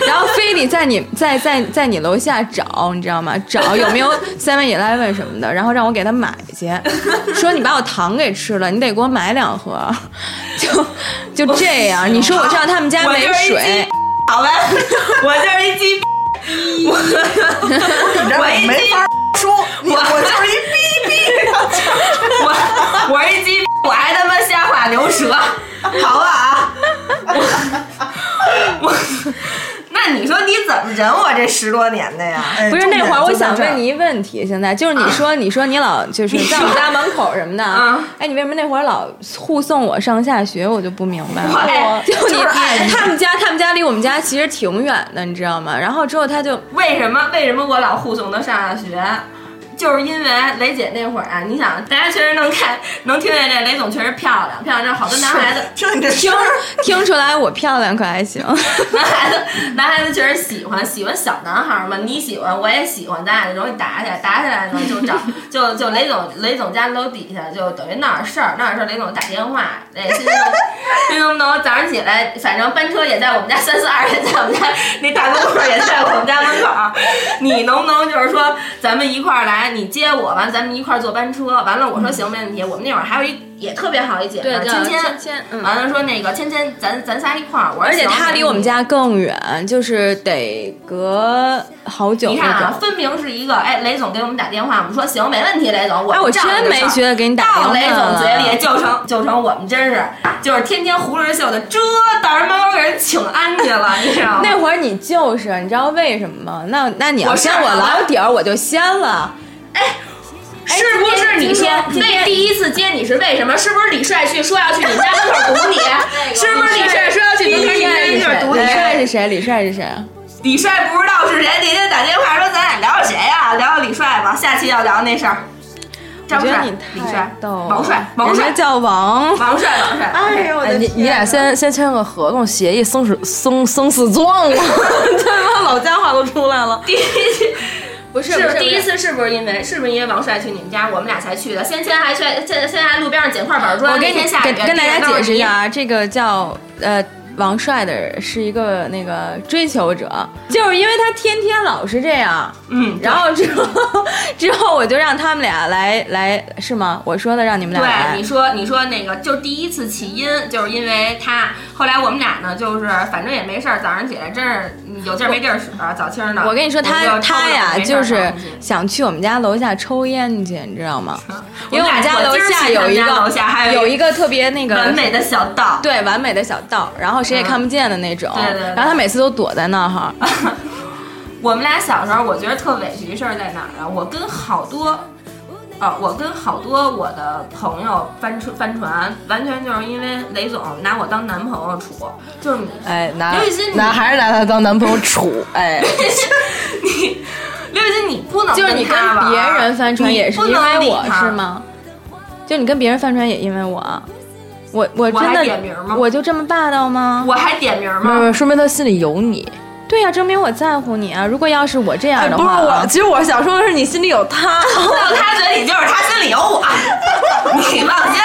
[SPEAKER 5] 然后非得在你在在在你楼下找，你知道吗？找有没有 Seven Eleven 什么的，然后让我给他买去，说你把我糖给吃了，你得给我买两盒， 就就这样。你说我上他们家
[SPEAKER 2] 我
[SPEAKER 5] 没
[SPEAKER 2] 就是一
[SPEAKER 5] 水，
[SPEAKER 2] 好吧， 我就是一 鸡，我
[SPEAKER 4] 你这
[SPEAKER 2] 我一
[SPEAKER 4] 没
[SPEAKER 2] 鸡，
[SPEAKER 4] 法说，你
[SPEAKER 2] 我
[SPEAKER 4] 我就是一逼逼。
[SPEAKER 2] 我我一鸡，我还他妈瞎话牛舌，好不
[SPEAKER 4] 啊
[SPEAKER 2] 好？ 我我，那你说你怎么忍我这十多年的呀？
[SPEAKER 4] 哎
[SPEAKER 5] 不是
[SPEAKER 4] 重点
[SPEAKER 5] 那会儿，我
[SPEAKER 4] 就在
[SPEAKER 5] 想
[SPEAKER 4] 这儿
[SPEAKER 5] 问你一问题，现在就是你说，你说 你老就是在我们家门口什么的，
[SPEAKER 2] 啊
[SPEAKER 5] 哎，你为什么那会儿老护送我上下学，我就不明白了。
[SPEAKER 2] 哎
[SPEAKER 5] 就你
[SPEAKER 2] 就是爱你
[SPEAKER 5] 他们家，他们家离我们家其实挺远的，你知道吗？然后之后他就
[SPEAKER 2] 为什么为什么我老护送他上下学？就是因为雷姐那会儿啊，你想大家确实能看能听见这雷总确实漂亮，漂亮这好多男孩子
[SPEAKER 4] 听你这
[SPEAKER 5] 听听出来我漂亮可 还行？
[SPEAKER 2] 男孩子， 男孩子确实喜欢，喜欢小男孩嘛，你喜欢，我也喜欢，咱俩就容易打起来，打起来呢就 找就就雷总雷总家楼底下就等于闹点事儿，闹点事儿雷总打电话，哎，新东新东能早上起来，反正班车也在我们家三四二，也在我们家那大公路也在我们家门口儿，你能不能就是说咱们一块儿来，你接我完，咱们一块儿坐班车，完了我说行没问题，我们那会儿还有一。也特别好一姐们儿，
[SPEAKER 5] 嗯对
[SPEAKER 2] 芊
[SPEAKER 5] 叫
[SPEAKER 2] 芊
[SPEAKER 5] 芊芊嗯
[SPEAKER 2] 完了说那个芊芊，咱咱仨一块儿，我说
[SPEAKER 5] 而且
[SPEAKER 2] 行嗯
[SPEAKER 5] 他
[SPEAKER 2] 没
[SPEAKER 5] 离
[SPEAKER 2] 问
[SPEAKER 5] 我们
[SPEAKER 2] 题
[SPEAKER 5] 家更远，就是得隔好久
[SPEAKER 2] 你看
[SPEAKER 5] 那
[SPEAKER 2] 啊，
[SPEAKER 5] 种。
[SPEAKER 2] 分明是一个哎，雷总给我们打电话，我们说行，没问题，雷总，我
[SPEAKER 5] 哎，
[SPEAKER 2] 们
[SPEAKER 5] 我
[SPEAKER 2] 照着
[SPEAKER 5] 真
[SPEAKER 2] 就
[SPEAKER 5] 没
[SPEAKER 2] 上
[SPEAKER 5] 觉得给你打电
[SPEAKER 2] 到
[SPEAKER 5] 话
[SPEAKER 2] 雷总嘴
[SPEAKER 5] 了
[SPEAKER 2] 里就成就成我们真是就是天天胡着秀的，这到人门口给人请安去了，你知道吗？
[SPEAKER 5] 那会儿你就是，你知道为什么吗？那那你要
[SPEAKER 2] 我啊
[SPEAKER 5] 先
[SPEAKER 2] 上
[SPEAKER 5] 我
[SPEAKER 2] 了
[SPEAKER 5] 老底儿，我就先了。
[SPEAKER 2] 是不是你说那第一次接你是为什么？是不是李帅去说要去你们家门口堵你？ 是不是李帅说要去门口你们
[SPEAKER 5] 李
[SPEAKER 2] 家门
[SPEAKER 5] 帅
[SPEAKER 2] 口堵
[SPEAKER 5] 李帅
[SPEAKER 2] 你？
[SPEAKER 5] 是谁？李帅是谁？
[SPEAKER 2] 李帅不知道是谁，那天打电话说咱俩聊聊谁呀、聊聊李帅吧，下期要聊那事儿。张
[SPEAKER 5] 我觉
[SPEAKER 2] 帅
[SPEAKER 5] 得你、
[SPEAKER 2] 李
[SPEAKER 5] 太
[SPEAKER 2] 帅、
[SPEAKER 5] 逗了。
[SPEAKER 2] 王帅、王
[SPEAKER 5] 人家
[SPEAKER 2] 帅、
[SPEAKER 5] 叫王。
[SPEAKER 2] 王帅、王帅。
[SPEAKER 5] 哎呦我
[SPEAKER 6] 哎，
[SPEAKER 5] 的
[SPEAKER 6] 你
[SPEAKER 5] 天
[SPEAKER 6] 你俩先先签个合同协议，生死生生死状了， 他妈老家话都出来了。
[SPEAKER 2] 第一次
[SPEAKER 5] 不是
[SPEAKER 2] 是
[SPEAKER 5] 不是
[SPEAKER 2] 第一次是不是因为是不是因为王帅去你们家，我们俩才去的？先前还去，现现在还路边上捡块板砖，
[SPEAKER 5] 我
[SPEAKER 2] 那
[SPEAKER 5] 跟你
[SPEAKER 2] 天下雨
[SPEAKER 5] 跟跟大
[SPEAKER 2] 地
[SPEAKER 5] 家
[SPEAKER 2] 上都
[SPEAKER 5] 解
[SPEAKER 2] 是
[SPEAKER 5] 释一
[SPEAKER 2] 泥
[SPEAKER 5] 下，啊，这个叫呃王帅的人是一个那个追求者，就是因为他天天老是这样，
[SPEAKER 2] 嗯，
[SPEAKER 5] 然后之后之后我就让他们俩来 来是吗？我说的让你们俩
[SPEAKER 2] 对，
[SPEAKER 5] 来
[SPEAKER 2] 你，说你说那个，就第一次起因就是因为他。后来我们俩呢，就是反正也没事儿，早上起来真是有劲儿没地儿使，啊早清儿呢。
[SPEAKER 5] 我跟你说
[SPEAKER 2] 我
[SPEAKER 5] 他
[SPEAKER 2] 就
[SPEAKER 5] 他呀
[SPEAKER 2] 没事儿
[SPEAKER 5] 就是
[SPEAKER 2] 干东西
[SPEAKER 5] 想去我们家楼下抽烟去，你知道吗？
[SPEAKER 2] 嗯
[SPEAKER 5] 因为
[SPEAKER 2] 我
[SPEAKER 5] 我
[SPEAKER 2] 们俩
[SPEAKER 5] 们家楼
[SPEAKER 2] 我今儿去
[SPEAKER 5] 下
[SPEAKER 2] 他
[SPEAKER 5] 有
[SPEAKER 2] 们
[SPEAKER 5] 一
[SPEAKER 2] 家
[SPEAKER 5] 个
[SPEAKER 2] 楼下还有
[SPEAKER 5] 有
[SPEAKER 2] 一
[SPEAKER 5] 一个特别那个
[SPEAKER 2] 完美的小道。
[SPEAKER 5] 对完美的小道，然后谁也看不见的那种，
[SPEAKER 2] 对对对啊
[SPEAKER 5] 然后他每次都躲在那儿哈。
[SPEAKER 2] 我们俩小时候，我觉得特委屈一事儿在哪儿啊？我跟好多，啊，我跟好多我的朋友翻船翻船，完全就是因为雷总拿我当男朋友处，就是 你，
[SPEAKER 6] 哎，拿
[SPEAKER 2] 刘雨欣你
[SPEAKER 6] 拿还是拿他当男朋友处， 哎，
[SPEAKER 2] 你，刘雨欣，你不能
[SPEAKER 5] 就是你跟
[SPEAKER 2] 他玩儿
[SPEAKER 5] 别人翻船也是
[SPEAKER 2] 你
[SPEAKER 5] 因
[SPEAKER 2] 不能
[SPEAKER 5] 为
[SPEAKER 2] 理
[SPEAKER 5] 我
[SPEAKER 2] 他
[SPEAKER 5] 是？吗？就你跟别人翻船也因为我，我我
[SPEAKER 2] 我还
[SPEAKER 5] 真的
[SPEAKER 2] 点名吗
[SPEAKER 5] 我就这么霸道吗？
[SPEAKER 2] 我还点名
[SPEAKER 6] 不是不
[SPEAKER 2] 吗？
[SPEAKER 6] 是，说明他心里有你。
[SPEAKER 5] 对呀、证明我在乎你啊！如果要是我这样的
[SPEAKER 6] 哎不是
[SPEAKER 2] 哎
[SPEAKER 5] 话啊，
[SPEAKER 6] 我，其实我想说的是，你心里有 他。
[SPEAKER 2] 到他嘴里就是他心里有我， 你放心。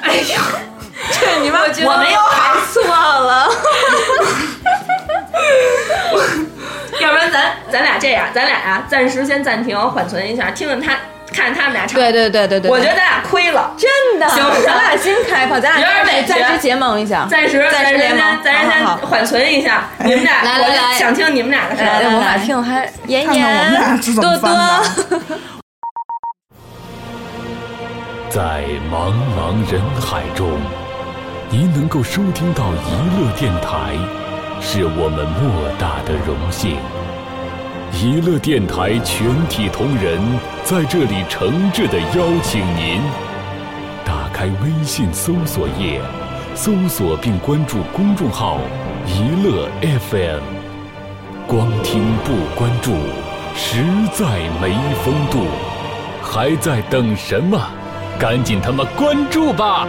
[SPEAKER 2] 哎呦，
[SPEAKER 5] 对你妈，
[SPEAKER 2] 我没有孩子，
[SPEAKER 5] 错了。
[SPEAKER 2] 要不然咱咱俩这样，咱俩呀、暂时先暂停，缓存一下，听听他，看他们俩吵。
[SPEAKER 5] 对对对对对，
[SPEAKER 2] 我觉得咱俩亏了。
[SPEAKER 5] 真的，
[SPEAKER 2] 行
[SPEAKER 5] 咱 俩新开炮，咱
[SPEAKER 2] 有
[SPEAKER 5] 俩
[SPEAKER 2] 点
[SPEAKER 5] 暂
[SPEAKER 2] 委屈
[SPEAKER 5] 时暂时结盟一下，
[SPEAKER 2] 暂时，
[SPEAKER 5] 暂
[SPEAKER 2] 咱
[SPEAKER 5] 时
[SPEAKER 2] 先
[SPEAKER 5] 联盟，
[SPEAKER 2] 咱先
[SPEAKER 5] 好好好哎
[SPEAKER 2] 缓存一下，你们俩，
[SPEAKER 5] 来来
[SPEAKER 2] 我
[SPEAKER 5] 来
[SPEAKER 2] 想听你们俩的事
[SPEAKER 5] 来
[SPEAKER 2] 儿。
[SPEAKER 5] 来来
[SPEAKER 6] 我俩听着还
[SPEAKER 5] 妍
[SPEAKER 4] 看看我们俩
[SPEAKER 5] 妍
[SPEAKER 4] 是、怎
[SPEAKER 5] 多
[SPEAKER 4] 么翻的
[SPEAKER 5] 多，
[SPEAKER 7] 在茫茫人海中，您能够收听到娱乐电台，是我们莫大的荣幸。娱乐电台全体同仁在这里诚挚的邀请您，打开微信搜索页，搜索并关注公众号“娱乐 FM”。光听不关注，实在没风度，还在等什么？赶紧他妈关注吧！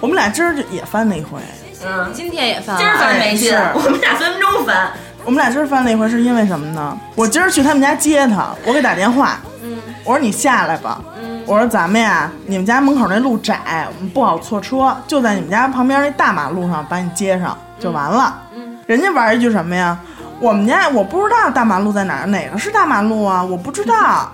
[SPEAKER 4] 我们俩今儿也翻了一回，
[SPEAKER 2] 嗯，
[SPEAKER 5] 今天也翻
[SPEAKER 2] 今儿
[SPEAKER 5] 了，
[SPEAKER 2] 翻没劲，
[SPEAKER 4] 哎是
[SPEAKER 2] 我们俩分分钟翻。
[SPEAKER 4] 我们俩今儿翻了一回是因为什么呢？我今儿去他们家接他，我给打电话，嗯，我说你下来吧，嗯，我说咱们呀，你们家门口那路窄，我们不好错车，就在你们家旁边那大马路上把你接上就完了。嗯，人家玩一句什么呀？我们家我不知道大马路在哪儿，哪个是大马路啊？我不知 道，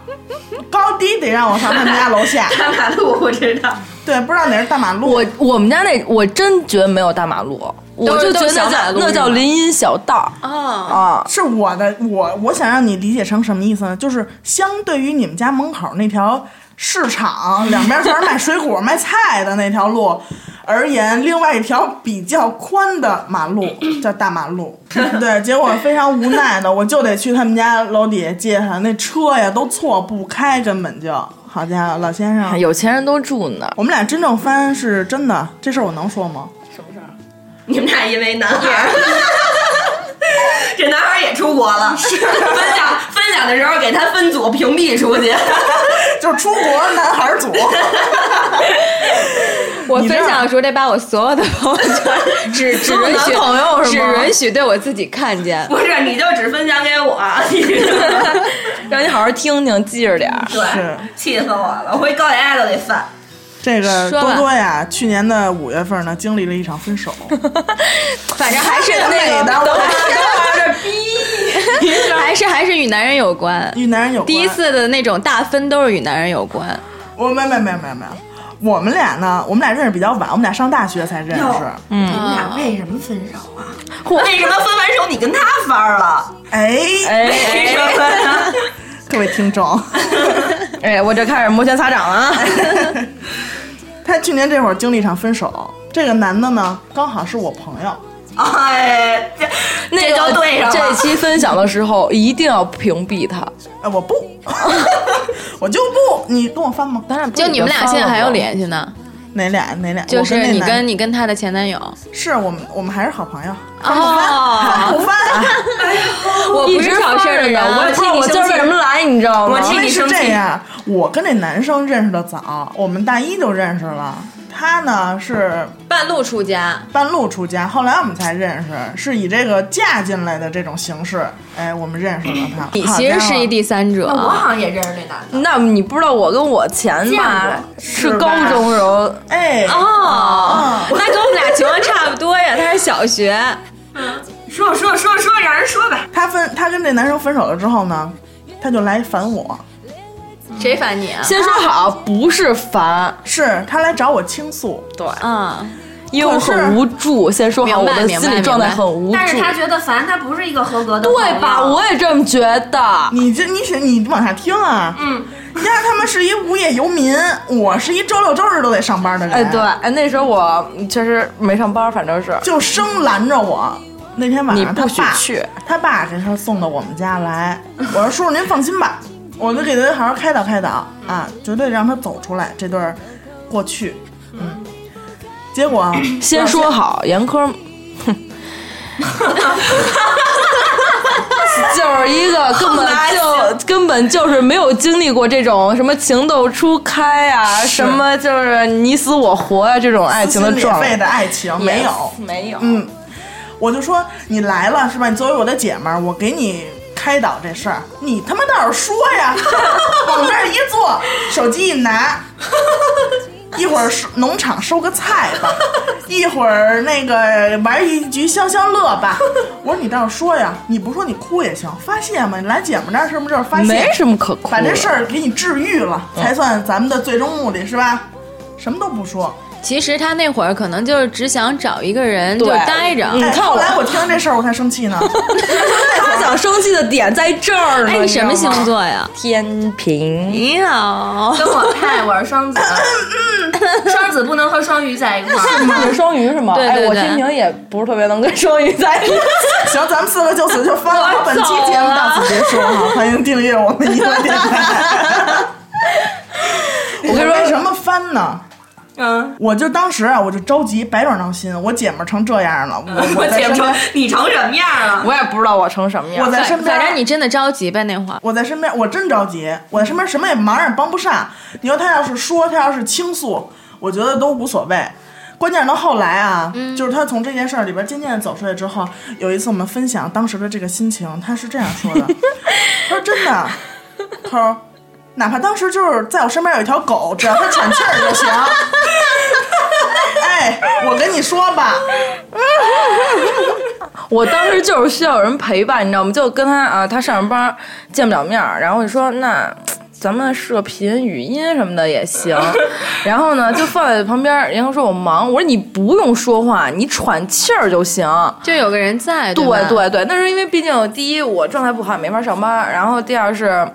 [SPEAKER 4] 高低得让我上他们家楼 下。
[SPEAKER 2] 大马路不知道，
[SPEAKER 4] 对，不知道哪是大马路。啊
[SPEAKER 6] 我我们家那，我真觉得没有大马路，我就觉
[SPEAKER 5] 都是小
[SPEAKER 6] 得
[SPEAKER 5] 马
[SPEAKER 6] 那
[SPEAKER 5] 路
[SPEAKER 6] 那叫
[SPEAKER 5] 是吗
[SPEAKER 6] 林荫小道
[SPEAKER 5] 哦，
[SPEAKER 6] 啊。
[SPEAKER 4] 是我的，我我想让你理解成什么意思呢？就是相对于你们家门口那条市场，两边全是卖水果、卖菜的那条路而言，另外一条比较宽的马路叫大马路。对，结果非常无奈的，我就得去他们家楼底下接他，那车呀都错不开，根本就好家伙，老先生，
[SPEAKER 6] 哎有钱人都住那儿，
[SPEAKER 4] 我们俩真正翻是真的，这事儿我能说吗？
[SPEAKER 2] 你们俩因为男孩儿， 这男孩也出国了，是分享分享的时候给他分组屏蔽出去。
[SPEAKER 4] 就是出国男孩儿组，
[SPEAKER 5] 我
[SPEAKER 4] 你
[SPEAKER 5] 分
[SPEAKER 4] 这样
[SPEAKER 5] 享的时候得把我所有的朋友 圈只只
[SPEAKER 6] 所有
[SPEAKER 5] 允
[SPEAKER 6] 男
[SPEAKER 5] 许
[SPEAKER 6] 朋友是
[SPEAKER 5] 只
[SPEAKER 6] 吗
[SPEAKER 5] 允许对我自己看见。
[SPEAKER 2] 不是，你就只分享给我，
[SPEAKER 6] 让你好好听听，记着点儿。
[SPEAKER 4] 是
[SPEAKER 2] 对，气死我了，回高血压都得 犯。
[SPEAKER 4] 这个
[SPEAKER 5] 说
[SPEAKER 4] 多
[SPEAKER 5] 吧
[SPEAKER 4] 多呀，去年的五月份呢，经历了一场分手，
[SPEAKER 5] 反正还是那
[SPEAKER 4] 美
[SPEAKER 5] 个
[SPEAKER 4] 的， 我
[SPEAKER 5] 还是还是与男人有关。
[SPEAKER 4] 与男人有关
[SPEAKER 5] 第一，次的那种大分都是与男人有关，
[SPEAKER 4] 我没没没没没有，我们俩呢，我们俩认识比较晚，我们俩上大学才认识
[SPEAKER 2] 哟。你们俩为什么分手啊？为什么分完手你跟他翻儿了？
[SPEAKER 4] 哎，
[SPEAKER 6] 哎
[SPEAKER 2] 为什么？
[SPEAKER 4] 各位听 众，
[SPEAKER 6] 哎，我这开始摩拳擦掌了啊！
[SPEAKER 4] 他去年这会儿经历一场分手，这个男的呢，刚好是我朋友，
[SPEAKER 2] 哎，这
[SPEAKER 6] 那
[SPEAKER 2] 这
[SPEAKER 6] 个
[SPEAKER 2] 就对上
[SPEAKER 6] 这
[SPEAKER 2] 了。
[SPEAKER 6] 期分享的时候一定要屏蔽他，
[SPEAKER 4] 哎，我 不，我就不，你跟我翻吗？
[SPEAKER 6] 咱俩不
[SPEAKER 5] 就你们俩现在还有
[SPEAKER 6] 脸？
[SPEAKER 5] 联系呢，
[SPEAKER 4] 哪俩哪俩？
[SPEAKER 5] 就
[SPEAKER 4] 我
[SPEAKER 5] 是
[SPEAKER 4] 那
[SPEAKER 5] 你
[SPEAKER 4] 男
[SPEAKER 5] 跟你跟她的前男友。
[SPEAKER 4] 是我们我们还是好朋友，
[SPEAKER 5] 哦，
[SPEAKER 4] 不翻。
[SPEAKER 5] 我不是挑事儿的人，
[SPEAKER 6] 我也不知
[SPEAKER 5] 替
[SPEAKER 6] 道
[SPEAKER 5] 你
[SPEAKER 6] 我今
[SPEAKER 5] 生
[SPEAKER 6] 儿为
[SPEAKER 5] 气
[SPEAKER 6] 什么来，你知道吗
[SPEAKER 2] 我？替
[SPEAKER 4] 因
[SPEAKER 2] 你
[SPEAKER 4] 为是
[SPEAKER 2] 生
[SPEAKER 4] 这
[SPEAKER 2] 气
[SPEAKER 4] 样，我跟这男生认识的早，我们大一就认识了。他呢是
[SPEAKER 5] 半路出家，
[SPEAKER 4] 半路出家，后来我们才认识，是以这个嫁进来的这种形式，哎，我们认识了他。
[SPEAKER 5] 你
[SPEAKER 4] 好
[SPEAKER 5] 其
[SPEAKER 4] 家伙
[SPEAKER 5] 实是一第三者
[SPEAKER 2] 我。好像也认识那男的，
[SPEAKER 6] 那你不知道我跟我前
[SPEAKER 2] 见
[SPEAKER 6] 吧
[SPEAKER 2] 过
[SPEAKER 6] 是
[SPEAKER 4] 是
[SPEAKER 6] 高
[SPEAKER 4] 吧
[SPEAKER 6] 中时候，
[SPEAKER 4] 哎，嗯
[SPEAKER 5] 哦， 那跟我们俩情况差不多呀，他是小学。
[SPEAKER 2] 说说说说，让人说吧。
[SPEAKER 4] 他分他跟这男生分手了之后呢，他就来烦我，
[SPEAKER 5] 谁烦你啊？
[SPEAKER 6] 先说好不是烦，
[SPEAKER 4] 是他来找我倾诉，
[SPEAKER 6] 对，
[SPEAKER 5] 嗯，
[SPEAKER 6] 因为我很无助。先说好我
[SPEAKER 5] 明白
[SPEAKER 6] 的
[SPEAKER 5] 明白
[SPEAKER 6] 心理状态
[SPEAKER 5] 明白
[SPEAKER 6] 很无助，
[SPEAKER 2] 但是他觉得烦，他不是一个合格的朋友，
[SPEAKER 6] 对吧？我也这么觉得。
[SPEAKER 4] 你这你选你往下听啊，
[SPEAKER 2] 嗯，
[SPEAKER 4] 丫他妈是一无业游民，我是一周六周日都得上班的人，
[SPEAKER 6] 哎，对，哎，那时候我确实没上班，反正是
[SPEAKER 4] 就生拦着我。那天晚
[SPEAKER 6] 你
[SPEAKER 4] 上啊他
[SPEAKER 6] 不许
[SPEAKER 4] 爸
[SPEAKER 6] 去，
[SPEAKER 4] 他爸给他送到我们家来，我说叔叔您放心吧，我就给他好好开导开导啊，绝对让他走出来这段过去。嗯，结果
[SPEAKER 6] 先说好，严科，哼， 就是一个根本就根本就是没有经历过这种什么情窦初开啊，什么就是你死我活啊这种爱
[SPEAKER 4] 撕
[SPEAKER 6] 情
[SPEAKER 4] 心
[SPEAKER 6] 的
[SPEAKER 4] 裂
[SPEAKER 6] 状
[SPEAKER 4] 肺
[SPEAKER 6] 态
[SPEAKER 4] 的爱情没有，
[SPEAKER 6] 没有，
[SPEAKER 4] 嗯，我就说你来了是吧？你作为我的姐们儿，我给你开导这事儿，你他妈倒是说 呀，往这儿一坐，手机一拿，一会儿收农场收个菜吧，一会儿那个玩一局消消乐吧。我说你倒是说呀，你不说你哭也行，发泄嘛，你来姐们儿那儿是不是就是发泄？
[SPEAKER 6] 没什么可哭的。嗯
[SPEAKER 4] 把这事儿给你治愈了，才算咱们的最终目的是吧？什么都不说，
[SPEAKER 5] 其实他那会儿可能就是只想找一个人就
[SPEAKER 6] 对
[SPEAKER 5] 待着。
[SPEAKER 6] 嗯你
[SPEAKER 4] 哎
[SPEAKER 6] 看
[SPEAKER 4] 后
[SPEAKER 6] 我
[SPEAKER 4] 来我听这事儿我才生气呢。
[SPEAKER 6] 他想生气的点在这儿呢。
[SPEAKER 5] 哎，你什么
[SPEAKER 6] 知道
[SPEAKER 5] 星
[SPEAKER 6] 吗？
[SPEAKER 5] 座呀？
[SPEAKER 6] 天 平。
[SPEAKER 5] 你好，
[SPEAKER 2] 跟我看，我是双 子，双子不能和双鱼在一块儿。
[SPEAKER 6] 你是 双鱼是吗？
[SPEAKER 5] 对对
[SPEAKER 6] 哎，我
[SPEAKER 5] 对
[SPEAKER 6] 天平也不是特别能跟双鱼在一起。
[SPEAKER 4] 行，咱们四个就此就翻了。本期节目到此结束 哈，欢迎订阅我们娱乐电 台。我跟你说，为什么翻呢？
[SPEAKER 2] 嗯，
[SPEAKER 4] 我就当时啊，我就着急，百爪挠心。我姐们儿成这样了， 我
[SPEAKER 2] 我
[SPEAKER 4] 在
[SPEAKER 2] 姐
[SPEAKER 4] 身
[SPEAKER 2] 成
[SPEAKER 4] 边，
[SPEAKER 2] 你成什么样了？
[SPEAKER 6] 我也不知道我成什么样
[SPEAKER 4] 我。在身
[SPEAKER 5] 反
[SPEAKER 4] 边，
[SPEAKER 5] 反正你真的着急呗，那会儿。
[SPEAKER 4] 我在身边，我真着急，我在身边什么也忙也帮不上。你说他要是说，他要是倾诉，我觉得都无所谓。关键是到后来啊，
[SPEAKER 5] 嗯
[SPEAKER 4] 就是他从这件事儿里边渐渐地走出来之后，有一次我们分享当时的这个心情，他是这样说 的：“他说真的，他说哪怕当时就是在我身边有一条狗，只要它喘气儿就行。”哎，我跟你说吧，
[SPEAKER 6] 我当时就是需要有人陪伴，你知道吗？就跟他啊，他上班见不了面儿，然后我就说那。咱们视频、语音什么的也行，然后呢就放在旁边儿。然后说我忙，我说你不用说话，你喘气儿就行。
[SPEAKER 5] 就有个人在，
[SPEAKER 6] 对
[SPEAKER 5] 吧？
[SPEAKER 6] 对对，那是因为毕竟第一我状态不好，也没法上班，然后第二是，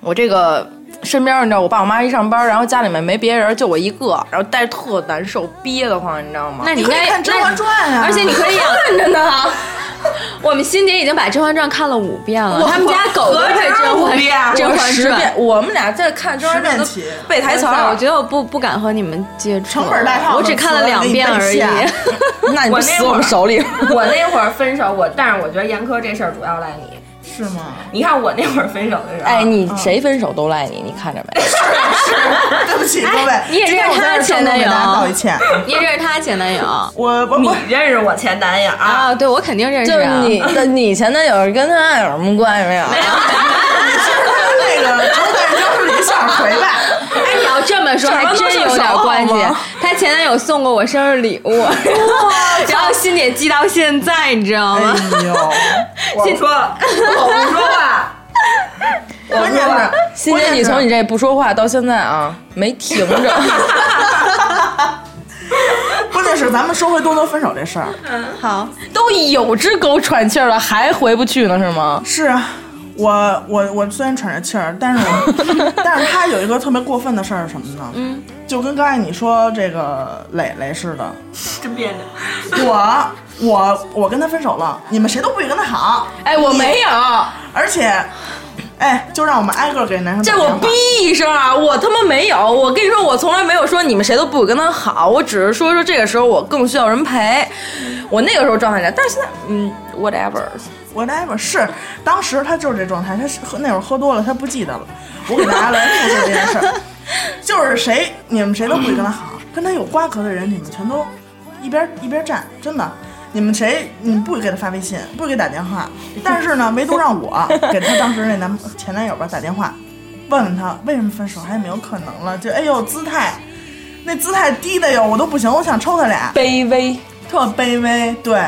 [SPEAKER 6] 我这个身边儿你知道，我爸我妈一上班，然后家里面没别人，就我一个，然后待着特难受，憋得慌，你知道吗？
[SPEAKER 5] 那你应
[SPEAKER 4] 可以
[SPEAKER 5] 该
[SPEAKER 4] 看《甄嬛传》啊，
[SPEAKER 5] 而且你可以养
[SPEAKER 6] 看着呢，
[SPEAKER 5] 我们欣姐已经把《甄嬛传》看了五遍了，他们家狗都会《甄
[SPEAKER 2] 合着
[SPEAKER 5] 嬛
[SPEAKER 2] 五遍》
[SPEAKER 5] 《甄
[SPEAKER 6] 我
[SPEAKER 5] 嬛
[SPEAKER 6] 十
[SPEAKER 5] 传》
[SPEAKER 6] 遍，我们俩在看《甄嬛传》
[SPEAKER 4] 十
[SPEAKER 6] 都
[SPEAKER 4] 遍起
[SPEAKER 6] 背台词
[SPEAKER 5] 哇塞
[SPEAKER 6] 儿
[SPEAKER 5] 我。觉得我不不敢和你们接触，
[SPEAKER 4] 成本大套
[SPEAKER 5] 我只看了两遍而已。
[SPEAKER 4] 我给你背
[SPEAKER 6] 那你不
[SPEAKER 2] 我那
[SPEAKER 6] 死
[SPEAKER 2] 会儿
[SPEAKER 6] 我们手 里？
[SPEAKER 4] 嗯
[SPEAKER 2] 我那会儿分手，我但是我觉得严苛这事儿主要赖你。
[SPEAKER 4] 是吗？
[SPEAKER 2] 你看我那会儿分手的时候，
[SPEAKER 6] 哎，你谁分手都赖你，你看着没？
[SPEAKER 4] 对不起各位，
[SPEAKER 5] 哎你也
[SPEAKER 4] 今天
[SPEAKER 5] 认识
[SPEAKER 4] 我在
[SPEAKER 5] 他
[SPEAKER 4] 这
[SPEAKER 5] 前
[SPEAKER 4] 郑重
[SPEAKER 5] 男
[SPEAKER 4] 给
[SPEAKER 5] 友
[SPEAKER 4] 大家道一歉。啊
[SPEAKER 5] 你认识她前男友
[SPEAKER 4] 我我
[SPEAKER 2] 你
[SPEAKER 4] 我
[SPEAKER 2] 认识我前男友啊？
[SPEAKER 5] 啊？对，我肯定认识
[SPEAKER 6] 就是
[SPEAKER 5] 啊。
[SPEAKER 6] 你的，你前男友跟他有什么关系没有？
[SPEAKER 4] 那个《重返僵尸》里想回来，
[SPEAKER 5] 哎，你要这么说，还真有点关系
[SPEAKER 6] 这玩意儿能上手吗。
[SPEAKER 5] 她前男友送过我生日礼物， 然后欣姐记到现在，你 知道吗？
[SPEAKER 4] 哎呦，
[SPEAKER 2] 我不说了，我不说话。
[SPEAKER 4] 关键是
[SPEAKER 6] 欣姐，你从你这不说话到现在啊，没停着。
[SPEAKER 4] 关键是咱们说回多多分手这事儿，
[SPEAKER 5] 好，
[SPEAKER 6] 都有只狗喘气儿了，还回不去呢，是吗？
[SPEAKER 4] 是啊，我我我虽然喘着气儿，但 是我但是他有一个特别过分的事儿是什么呢？嗯，就跟刚才你说这个磊磊似的，
[SPEAKER 2] 真别扭。
[SPEAKER 4] 我我我跟他分手了，你们谁都不许跟他好，
[SPEAKER 6] 哎，我没有，
[SPEAKER 4] 而且，哎，就让我们挨个给男生
[SPEAKER 6] 这
[SPEAKER 4] 打
[SPEAKER 6] 我
[SPEAKER 4] 电话
[SPEAKER 6] 逼一声啊！我他妈没有，我跟你说，我从来没有说你们谁都不许跟他好，我只是说说这个时候我更需要人陪。我那个时候状态下，但是现在，嗯，whatever，
[SPEAKER 4] whatever 是，当时他就是这状态，他是喝那会儿喝多了，他不记得了。我给大家来复述这件事儿，就是谁你们谁都不许跟他好，跟他有瓜葛的人你们全都一边一边站，真的。你们谁你不许给他发微信，不许给他打电话，但是呢，唯独让我给他当时那男前男友吧打电话，问问他为什么分手，还有没有可能了？就哎呦姿态，那姿态低的哟，我都不行，我想抽他俩。
[SPEAKER 6] 卑微。
[SPEAKER 4] 特卑微，对。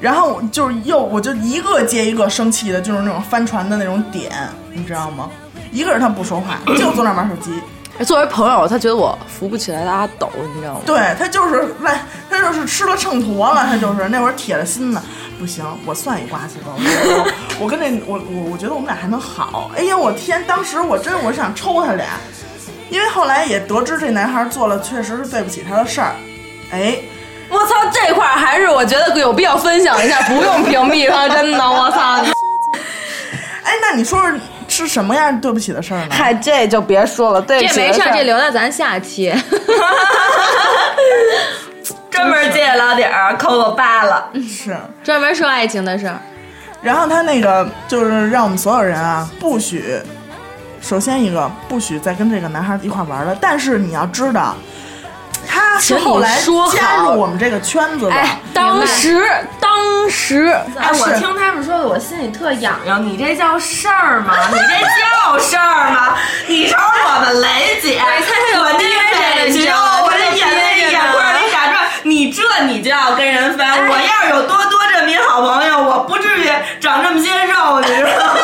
[SPEAKER 4] 然后我就是又我就一个接一个生气的，就是那种翻船的那种点，你知道吗？一个是他不说话，就坐那儿玩手机，
[SPEAKER 6] 作为朋友，他觉得我扶不起来阿斗，你知道吗？
[SPEAKER 4] 对他就是来，他就是吃了秤砣了，他就是那会儿铁了心呢，不行，我算一卦去吧，我我跟那我我我觉得我们俩还能好，哎呀，我天，当时我真我想抽他俩，因为后来也得知这男孩做了确实是对不起他的事儿，哎，
[SPEAKER 6] 我操，这块儿还是我觉得有必要分享一下，不用屏蔽他，真的，我操！
[SPEAKER 4] 哎，那你说说是什么样对不起的事儿呢？
[SPEAKER 6] 嗨，这就别说了，对不
[SPEAKER 5] 这
[SPEAKER 6] 起
[SPEAKER 5] 没
[SPEAKER 6] 的
[SPEAKER 5] 事儿，
[SPEAKER 6] 儿
[SPEAKER 5] 这留到咱下 期。
[SPEAKER 2] 专门借老底儿抠我爸了，
[SPEAKER 4] 是。
[SPEAKER 5] 专门说爱情的事儿，
[SPEAKER 4] 然后他那个就是让我们所有人啊，不许，首先一个不许再跟这个男孩一块玩了。但是你要知道，他是后来
[SPEAKER 6] 请你说好
[SPEAKER 4] 加入我们这个圈子的，
[SPEAKER 6] 哎，当时，当时，
[SPEAKER 2] 哎，我
[SPEAKER 4] 是
[SPEAKER 2] 听他们说的，我心里特痒痒。你这叫事儿吗？你这叫事儿吗？ 你瞅我们雷姐，我那
[SPEAKER 5] 憋着
[SPEAKER 2] 眼
[SPEAKER 5] 呢
[SPEAKER 2] 睛，我这眼泪眼眶里打转。你这你就要跟人翻，我要是有多多这名好朋友，我不至于长这么些肉，你知道吗？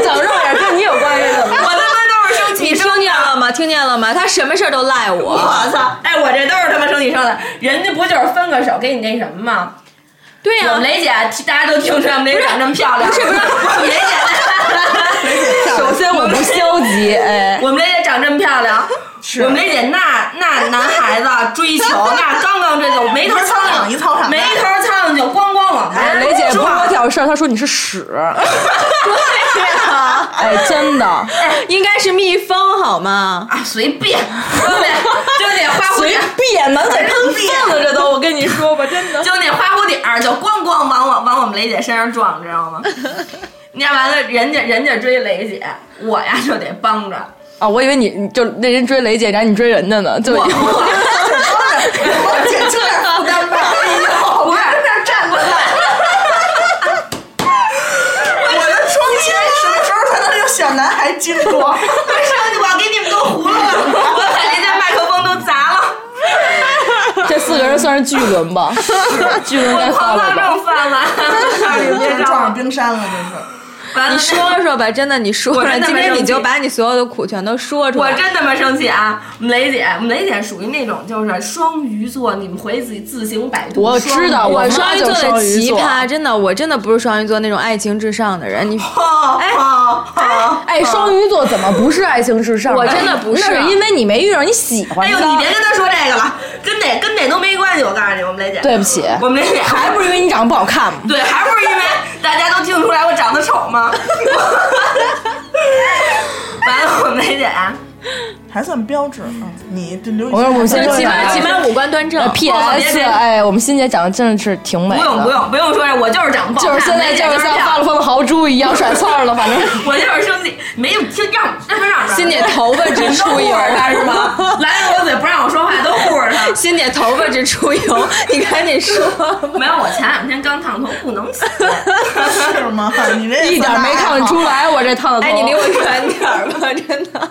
[SPEAKER 6] 长肉眼跟你有关系怎么？
[SPEAKER 2] 我他妈都是生
[SPEAKER 5] 你
[SPEAKER 2] 气生
[SPEAKER 5] 听见了吗？听见了吗？他什么事儿都赖我。
[SPEAKER 2] 我操！哎，我这都是他妈生气生的，人家不就是分个手给你那什么吗？
[SPEAKER 5] 对呀、
[SPEAKER 2] 我们雷姐，大家都听出来我们雷姐长这么漂啊亮，不是不是，我们雷 姐，
[SPEAKER 6] 首先我不消极，哎，
[SPEAKER 2] 我们雷姐长这么漂亮，
[SPEAKER 4] 是
[SPEAKER 2] 我们雷姐那那男孩子追求那刚刚追求，没头苍
[SPEAKER 4] 一
[SPEAKER 2] 蝇
[SPEAKER 4] 操场一操场
[SPEAKER 2] 没头苍蝇就咣咣往
[SPEAKER 6] 哎，
[SPEAKER 2] 来。
[SPEAKER 6] 雷姐
[SPEAKER 2] 是
[SPEAKER 6] 不是
[SPEAKER 2] 吧
[SPEAKER 6] 我挑事儿，她说你是屎，
[SPEAKER 5] 对呀、
[SPEAKER 6] 哎，真的，
[SPEAKER 5] 应该是蜜蜂好吗？
[SPEAKER 2] 啊，随便，对不对？就那花蝴
[SPEAKER 6] 随
[SPEAKER 2] 蝶，
[SPEAKER 6] 便，满嘴喷粪了，这都，我跟你说吧，真的。
[SPEAKER 2] 就那花蝴蝶儿就咣咣往我往我们雷姐身上撞，知道吗？ 你看完了，人家人家追雷姐，我呀就得帮着。
[SPEAKER 6] 啊，我以为你你就那人追雷姐，然后你追人家呢，就
[SPEAKER 2] 我我
[SPEAKER 4] 我姐就点负担吧。
[SPEAKER 2] 不是那站过来。
[SPEAKER 4] 我的窗前什么时候才能有小男孩经过？
[SPEAKER 2] 不是，我给你们都糊了，我把人家麦克风都砸了，
[SPEAKER 6] 这四个人算是巨轮吧，巨轮该
[SPEAKER 2] 我
[SPEAKER 6] 换
[SPEAKER 2] 狂
[SPEAKER 6] 了
[SPEAKER 2] 放
[SPEAKER 6] 吧？
[SPEAKER 2] 正犯了，你
[SPEAKER 4] 就是
[SPEAKER 2] 别
[SPEAKER 4] 撞
[SPEAKER 2] 着
[SPEAKER 4] 上，冰山了，这
[SPEAKER 2] 完了
[SPEAKER 5] 你说说吧，真的，你说
[SPEAKER 2] 我
[SPEAKER 5] 说
[SPEAKER 2] 真，的
[SPEAKER 5] 今
[SPEAKER 2] 没
[SPEAKER 5] 天
[SPEAKER 2] 生
[SPEAKER 5] 你就
[SPEAKER 2] 气
[SPEAKER 5] 把你所有的苦全都说出
[SPEAKER 2] 我
[SPEAKER 5] 来。
[SPEAKER 2] 真他妈生气啊！我们雷姐，我们雷姐属于那种就是双鱼座，你们回自己自行百度。
[SPEAKER 6] 我知道，
[SPEAKER 5] 我
[SPEAKER 6] 我
[SPEAKER 5] 双
[SPEAKER 6] 妈
[SPEAKER 5] 鱼
[SPEAKER 6] 就
[SPEAKER 5] 座的
[SPEAKER 6] 双鱼
[SPEAKER 5] 奇
[SPEAKER 6] 座。
[SPEAKER 5] 葩，真的，我真的不是双鱼座那种爱情至上的人。 你
[SPEAKER 2] 哦，哦哦
[SPEAKER 6] 哎，双鱼座怎么不是爱情至上
[SPEAKER 5] 嗯
[SPEAKER 6] 呢？
[SPEAKER 5] 我真的不是啊
[SPEAKER 6] 那是因为你没遇上你喜欢
[SPEAKER 2] 哎
[SPEAKER 6] 的。
[SPEAKER 2] 呦，你别跟他说这个了，跟哪跟哪都没关系。我告诉你，我们雷姐，
[SPEAKER 6] 对不起，
[SPEAKER 2] 我们雷姐
[SPEAKER 6] 还不是因为你长得不好看吗？
[SPEAKER 2] 对，还不是因为大家都听出来我长得丑吗？ 完了，我们雷姐啊，
[SPEAKER 4] 还算标致。嗯，你这刘雨
[SPEAKER 6] 我说我
[SPEAKER 4] 欣
[SPEAKER 6] 先
[SPEAKER 4] 还算
[SPEAKER 5] 起
[SPEAKER 6] 起
[SPEAKER 5] 码
[SPEAKER 6] 码
[SPEAKER 5] 起
[SPEAKER 6] 起
[SPEAKER 5] 码
[SPEAKER 6] 码
[SPEAKER 5] 五官端正。
[SPEAKER 2] 别
[SPEAKER 6] P.S.
[SPEAKER 2] 别
[SPEAKER 6] 呃哎，我们欣姐长得真的是挺美
[SPEAKER 2] 不
[SPEAKER 6] 的，
[SPEAKER 2] 用不，用不用说，我就是长得不好
[SPEAKER 6] 就
[SPEAKER 2] 看，
[SPEAKER 6] 是现在
[SPEAKER 2] 雷姐
[SPEAKER 6] 就
[SPEAKER 2] 就是
[SPEAKER 6] 像
[SPEAKER 2] 漂
[SPEAKER 6] 发
[SPEAKER 2] 亮
[SPEAKER 6] 了疯的豪猪一样甩刺儿了，反正
[SPEAKER 2] 我就是生气，没有听让让让让，
[SPEAKER 5] 欣姐头发直
[SPEAKER 2] 都
[SPEAKER 5] 出
[SPEAKER 2] 护
[SPEAKER 5] 油
[SPEAKER 2] 着他是吗？拦着我嘴不让我说话，都护着他。
[SPEAKER 5] 欣姐头发直出油，你赶紧说。
[SPEAKER 2] 没有，我前两天刚烫头，不能洗。
[SPEAKER 4] 是吗？你这
[SPEAKER 6] 一点没看出来我这烫 的头。
[SPEAKER 5] 哎，你离 我远点儿吧，真的。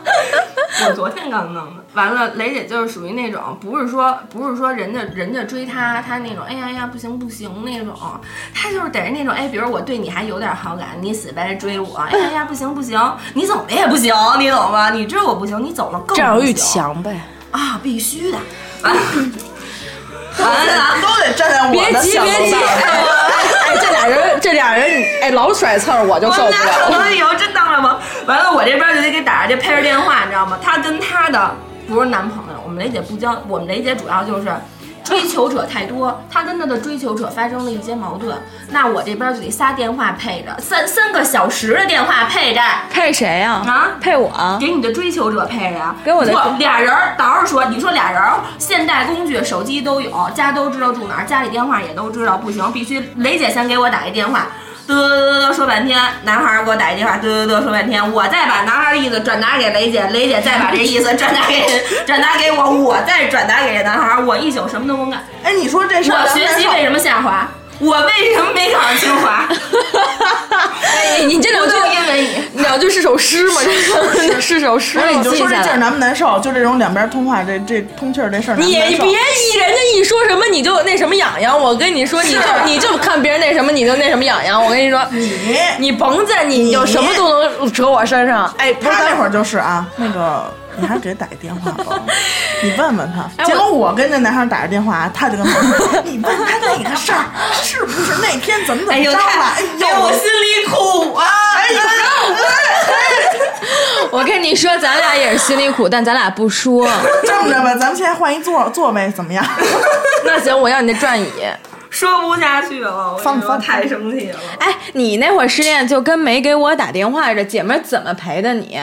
[SPEAKER 2] 我昨天刚弄的。完了，雷姐就是属于那种，不是说不是说人家人家追她，她那种哎呀呀不行不行那种，她就是得是那种哎，比如我对你还有点好感，你死白追我，哎呀呀不行不行，你怎么也不行，你懂吗？你追我不行，你走了更不
[SPEAKER 6] 占有欲
[SPEAKER 2] 行
[SPEAKER 6] 强呗，
[SPEAKER 2] 啊，必须的。完了，完了。
[SPEAKER 4] 都得站在我的角度上。
[SPEAKER 6] 哎，这俩人这俩人，哎，老甩刺儿我就
[SPEAKER 2] 我
[SPEAKER 6] 受
[SPEAKER 2] 们
[SPEAKER 6] 不
[SPEAKER 2] 俩
[SPEAKER 6] 了
[SPEAKER 2] 可
[SPEAKER 6] 了。
[SPEAKER 2] 能以后真当了吗？完了，我这边就得给打着这配着电话，你知道吗？她跟她的不是男朋友，我们雷姐不交，我们雷姐主要就是。追求者太多，她跟她的追求者发生了一些矛盾，那我这边就得仨电话配着，三三个小时的电话配着，
[SPEAKER 5] 配谁呀？
[SPEAKER 2] 啊
[SPEAKER 5] 配我。
[SPEAKER 2] 给你的追求者配着呀。
[SPEAKER 5] 给我的
[SPEAKER 2] 不俩人儿，导师说，你说俩人儿，现代工具手机都有，家都知道住哪儿，家里电话也都知道，不行，必须雷姐先给我打一电话。嘚嘚嘚嘚说半天，男孩儿给我打一电话，嘚嘚嘚说半天，我再把男孩儿的意思转达给雷姐，雷姐再把这意思转达给转达给我，我再转达给这男孩儿，我一宿什么都甭干。
[SPEAKER 4] 哎，你说这事儿
[SPEAKER 2] 我
[SPEAKER 4] 咱
[SPEAKER 2] 学
[SPEAKER 4] 们
[SPEAKER 2] 习
[SPEAKER 4] 说
[SPEAKER 2] 为什么下滑？我为什么没考上清华？
[SPEAKER 6] 哎，你这两
[SPEAKER 2] 不
[SPEAKER 6] 句
[SPEAKER 2] 就因为你。
[SPEAKER 6] 两句是首诗吗？这个是首诗吗。
[SPEAKER 4] 而且你就
[SPEAKER 5] 记
[SPEAKER 4] 哎说这
[SPEAKER 5] 下
[SPEAKER 4] 劲儿
[SPEAKER 5] 来
[SPEAKER 4] 难不难受？就这种两边通话，这这通气儿这事儿难
[SPEAKER 6] 你
[SPEAKER 4] 不难
[SPEAKER 6] 也
[SPEAKER 4] 受？
[SPEAKER 6] 别一人家一说什么你就那什么痒痒，我跟你说，你就你就看别人那什么你就那什么痒痒，我跟你说，
[SPEAKER 4] 你
[SPEAKER 6] 你甭介，你有什么都能扯我身上。哎，不是
[SPEAKER 4] 他
[SPEAKER 6] 刚
[SPEAKER 4] 那会儿就是啊，那个你还给他打一电话吧，你问问他。
[SPEAKER 5] 哎
[SPEAKER 4] 结
[SPEAKER 5] 我
[SPEAKER 4] 果我跟那男孩打着电话，他就跟我说，你问他那个事儿是不是那天怎么怎
[SPEAKER 2] 哎
[SPEAKER 4] 么
[SPEAKER 2] 呦，
[SPEAKER 4] 着了？
[SPEAKER 2] 太
[SPEAKER 4] 哎
[SPEAKER 2] 哎呦，我心里苦啊！哎呦，
[SPEAKER 5] 我跟你说，咱俩也是心里苦，但咱俩不 说。
[SPEAKER 4] 这么着吧，咱们现在换一座座位怎么样？
[SPEAKER 6] 那行，我要你那转椅，
[SPEAKER 2] 说不下去了，我
[SPEAKER 4] 放
[SPEAKER 2] 跟你说
[SPEAKER 4] 放
[SPEAKER 2] 太生气了。
[SPEAKER 5] 哎，你那会儿失恋就跟没给我打电话似的，姐们儿怎么陪的你？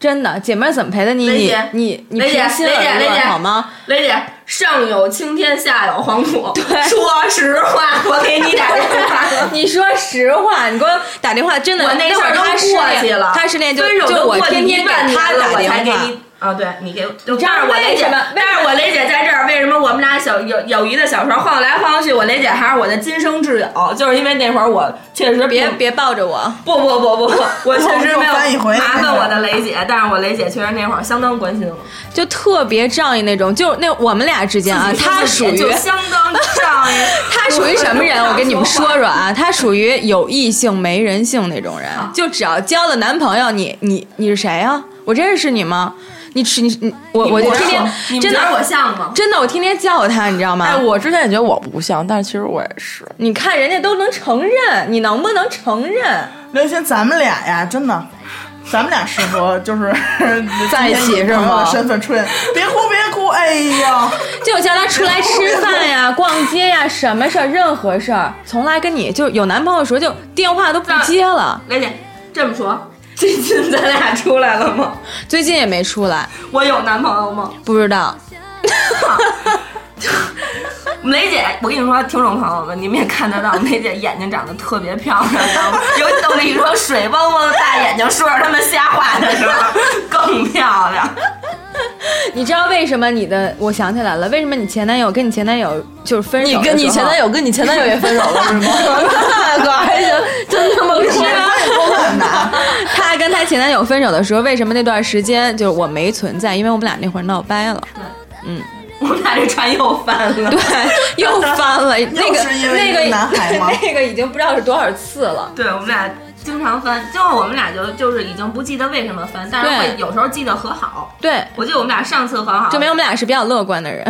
[SPEAKER 5] 真的，姐妹儿怎么陪的你？
[SPEAKER 2] 雷
[SPEAKER 5] 你
[SPEAKER 2] 姐
[SPEAKER 5] 你你
[SPEAKER 2] 雷姐
[SPEAKER 5] 平心
[SPEAKER 2] 雷姐
[SPEAKER 5] 而
[SPEAKER 2] 雷
[SPEAKER 5] 论
[SPEAKER 2] 姐
[SPEAKER 5] 好吗？。
[SPEAKER 2] 雷姐，上有青天，下有黄土。说实话，我给你打电话了
[SPEAKER 5] 你说实话，你给我打电话，真的，
[SPEAKER 2] 我那事
[SPEAKER 5] 会
[SPEAKER 2] 儿
[SPEAKER 5] 儿
[SPEAKER 2] 都
[SPEAKER 5] 他失
[SPEAKER 2] 过去
[SPEAKER 5] 恋
[SPEAKER 2] 了，
[SPEAKER 5] 他失恋就
[SPEAKER 2] 分手
[SPEAKER 5] 就
[SPEAKER 2] 都
[SPEAKER 5] 我
[SPEAKER 2] 过去
[SPEAKER 5] 天天
[SPEAKER 2] 一万
[SPEAKER 5] 给
[SPEAKER 2] 年
[SPEAKER 5] 他
[SPEAKER 2] 了
[SPEAKER 5] 打
[SPEAKER 2] 我
[SPEAKER 5] 电
[SPEAKER 2] 才给
[SPEAKER 5] 话。
[SPEAKER 2] 你啊，对你给，但
[SPEAKER 5] 知道
[SPEAKER 2] 是我雷
[SPEAKER 5] 为
[SPEAKER 2] 姐
[SPEAKER 5] 什么，
[SPEAKER 2] 但是我雷姐在这儿，为什么我们俩小友友谊的小时候晃来晃去，我雷姐还是我的今生挚友，就是因为那会儿我确实
[SPEAKER 5] 别
[SPEAKER 2] 并
[SPEAKER 5] 别抱着我，
[SPEAKER 2] 不不不不不，我确实没有
[SPEAKER 4] 又翻一回
[SPEAKER 2] 麻烦我的雷姐，但是我雷姐确实那会儿相当关心我。
[SPEAKER 5] 就特别仗义那种。就那我们俩之 间啊，他属于，
[SPEAKER 2] 就相当仗义
[SPEAKER 5] 他属于什么人？我跟你们说说啊，他属于有异性没人性那种人，就只要交了男朋友，你你你是谁啊？我认识你吗？你吃你你我我就天
[SPEAKER 2] 你们
[SPEAKER 5] 天真
[SPEAKER 2] 觉得我
[SPEAKER 5] 的
[SPEAKER 2] 像吗？
[SPEAKER 5] 真的我天天叫他，你知道吗？
[SPEAKER 6] 哎，我之前也觉得我不像，但是其实我也是。
[SPEAKER 5] 你看人家都能承认，你能不能承认？
[SPEAKER 4] 刘雨欣，咱们俩呀，真的。咱们俩适合就是
[SPEAKER 6] 在一起是吗
[SPEAKER 4] 朋友的身份出现，别哭别哭，哎呦，
[SPEAKER 5] 就叫他出来吃饭呀、逛街呀，什么事儿，任何事儿，从来跟你就有男朋友的时候就电话都不接了，
[SPEAKER 2] 雷姐这么说，最近咱俩出来了吗？
[SPEAKER 5] 最近也没出来，
[SPEAKER 2] 我有男朋友吗？
[SPEAKER 5] 不知道。
[SPEAKER 2] 梅姐，我跟你说，听众朋友们，你们也看得到，梅姐眼睛长得特别漂亮，知道吗尤其我跟你说水汪汪的大眼睛，说着他们瞎话的时候更漂亮。
[SPEAKER 5] 你知道为什么你的？我想起来了，为什么你前男友跟你前男友就是分手？
[SPEAKER 6] 你跟你前男
[SPEAKER 5] 友，
[SPEAKER 6] 友跟你前男友也分手了 是吗？那可还行，真他妈
[SPEAKER 4] 我也够狠的啊！
[SPEAKER 5] 他跟他前男友分手的时候，为什么那段时间就是我没存在？因为我们俩那会儿闹掰了，
[SPEAKER 2] 我们俩这船又翻了。
[SPEAKER 5] 对，又翻了。那个
[SPEAKER 4] 是因为
[SPEAKER 5] 那
[SPEAKER 4] 一
[SPEAKER 5] 个
[SPEAKER 4] 个男孩吗
[SPEAKER 5] 那个已经不知道是多少次了。
[SPEAKER 2] 对，我们俩经常翻，就我们俩就就是已经不记得为什么翻，但是
[SPEAKER 5] 对
[SPEAKER 2] 会有时候记得和好。
[SPEAKER 5] 对，
[SPEAKER 2] 我记得我们俩上次和好，
[SPEAKER 5] 证明我们俩是比较乐观的 人。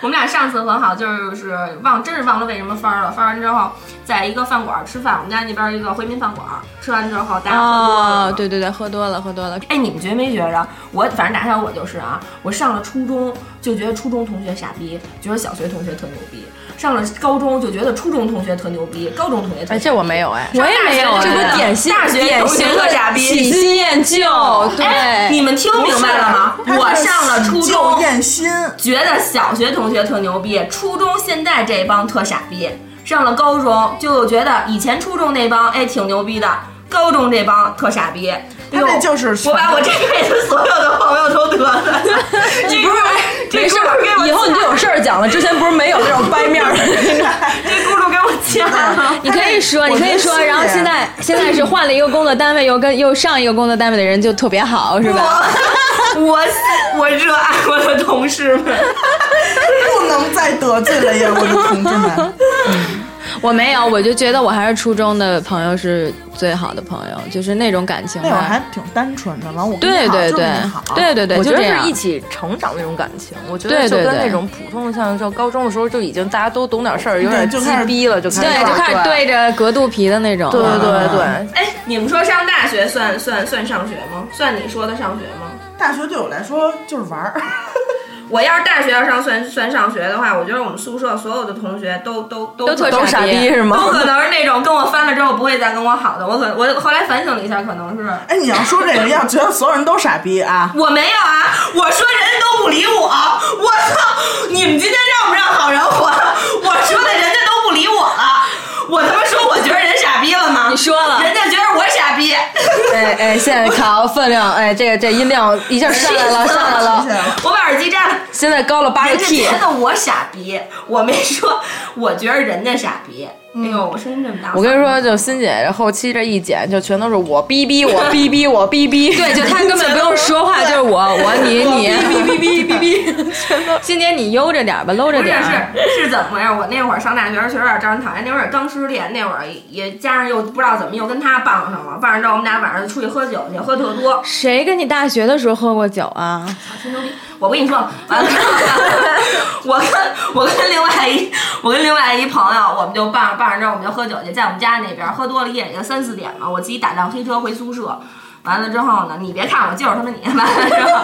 [SPEAKER 2] 我们俩上次很好，就是忘，真是忘了为什么翻儿了。翻完之后，在一个饭馆儿吃饭，我们家那边儿一个回民饭馆儿，吃完之后大家喝多了嘛
[SPEAKER 5] 哦，。对对对，喝多了，喝多了。
[SPEAKER 2] 哎，你们觉没觉着？我反正打小我就是啊，我上了初中就觉得初中同学傻逼，觉得小学同学特牛逼；上了高中就觉得初中同学特牛逼，高中同学特
[SPEAKER 6] 哎，
[SPEAKER 2] 牛逼。
[SPEAKER 6] 这我没有哎，
[SPEAKER 5] 我也没有啊，
[SPEAKER 2] 这不典型
[SPEAKER 5] 大学
[SPEAKER 2] 典型的傻逼
[SPEAKER 5] 喜新厌旧。
[SPEAKER 2] 哎，你
[SPEAKER 5] 对，
[SPEAKER 2] 们听明白了吗？我上了初
[SPEAKER 4] 喜旧
[SPEAKER 2] 中
[SPEAKER 4] 厌新，
[SPEAKER 2] 觉得小学同学特牛逼，初中现在这帮特傻逼，上了高中就觉得以前初中那帮哎挺牛逼的，高中这帮特傻逼。哎
[SPEAKER 4] 他
[SPEAKER 2] 呦
[SPEAKER 4] 这就是
[SPEAKER 2] 我把我这辈子所有的朋友都得罪了，这不是这
[SPEAKER 6] 哎没事
[SPEAKER 2] 轱辘给我
[SPEAKER 6] 以后你就有
[SPEAKER 2] 掐
[SPEAKER 6] 事儿讲了。之前不是没有这种掰面儿的，
[SPEAKER 2] 这轱辘给我掐 了。
[SPEAKER 5] 你可以说，
[SPEAKER 4] 我
[SPEAKER 5] 你可
[SPEAKER 4] 觉
[SPEAKER 5] 以
[SPEAKER 4] 得
[SPEAKER 5] 说，
[SPEAKER 4] 是
[SPEAKER 5] 然后
[SPEAKER 4] 哎
[SPEAKER 5] 现在现在是换了一个工作单位，又跟又上一个工作单位的人就特别好，是吧？
[SPEAKER 2] 我我我热爱我的同事们，
[SPEAKER 4] 不能再得罪了呀，我的同志 们。
[SPEAKER 5] 我没有，我就觉得我还是初中的朋友是最好的朋友，就是那种感情吧。
[SPEAKER 4] 那会儿哎还挺单纯的，完我跟你
[SPEAKER 5] 对
[SPEAKER 4] 好就
[SPEAKER 5] 对
[SPEAKER 4] 是
[SPEAKER 5] 对
[SPEAKER 4] 跟你好，
[SPEAKER 5] 对对对，
[SPEAKER 6] 我
[SPEAKER 5] 就
[SPEAKER 6] 觉得
[SPEAKER 5] 这
[SPEAKER 6] 是
[SPEAKER 5] 样
[SPEAKER 6] 一。起成长那种感情。我觉
[SPEAKER 5] 对
[SPEAKER 6] 得就
[SPEAKER 5] 对
[SPEAKER 6] 跟
[SPEAKER 5] 对
[SPEAKER 6] 那种普通的，像上高中的时候就已经大家都懂点事儿，有
[SPEAKER 4] 对
[SPEAKER 6] 点
[SPEAKER 4] 就
[SPEAKER 6] 鸡
[SPEAKER 4] 开始
[SPEAKER 6] 逼了，就开始
[SPEAKER 5] 对，就开始对
[SPEAKER 6] 对
[SPEAKER 5] 嗯着隔肚皮的那种。
[SPEAKER 6] 对对对，
[SPEAKER 2] 哎，你们说上大学算算算上学吗？算你说的上学吗？
[SPEAKER 4] 大学对我来说就是玩儿，
[SPEAKER 2] 我要是大学要上算算上学的话，我觉得我们宿舍所有的同学都都都
[SPEAKER 5] 都特
[SPEAKER 6] 都傻逼是吗？
[SPEAKER 2] 都可能是那种跟我翻了之后不会再跟我好的。我可我后来反省了一下，可能是
[SPEAKER 4] 哎，你要说这个，要觉得所有人都傻逼啊，
[SPEAKER 2] 我没有啊，我说人都不理我，我操！你们今天让不让好人活？我说的人家都不理我了，我他妈说我觉得人傻逼了吗？
[SPEAKER 5] 你说了
[SPEAKER 2] 人家觉得我傻 逼。
[SPEAKER 6] 哎哎，现在考分量，哎，这个这音量一下上来 了，上来
[SPEAKER 4] 谢谢
[SPEAKER 6] 了，
[SPEAKER 4] 了。
[SPEAKER 2] 我把耳机摘了。
[SPEAKER 6] 现在高了八个
[SPEAKER 2] 人家
[SPEAKER 6] T
[SPEAKER 2] 觉。得我傻逼，我没说，我觉得人家傻逼。哎呦，我声音这么大，
[SPEAKER 6] 嗯我跟你说，就欣姐这后期这一剪，就全都是我逼逼我逼逼我逼逼，
[SPEAKER 5] 对，就他根本不用说 话，就是我我你你。哔哔哔哔 哔哔。今年你悠着点儿吧，搂着
[SPEAKER 2] 不是
[SPEAKER 5] 点儿。
[SPEAKER 6] 啊
[SPEAKER 2] 是是怎么回事？我那会儿上大学确实有点招人讨厌，那会儿刚失恋，那会儿也加上又不知道怎么又跟他傍上了，傍上之后我们俩晚上出去喝酒去，喝特多，
[SPEAKER 5] 谁跟你大学的时候喝过酒啊？
[SPEAKER 2] 吹牛逼。我跟你说，完了之 后，我跟我跟另外一我跟另外一朋友，我们就傍傍上之后我们就喝酒去，在我们家那边喝多了，夜里就三四点了，我自己打辆黑车回宿舍。完了之后呢，你别看我就是他妈你，完了之后，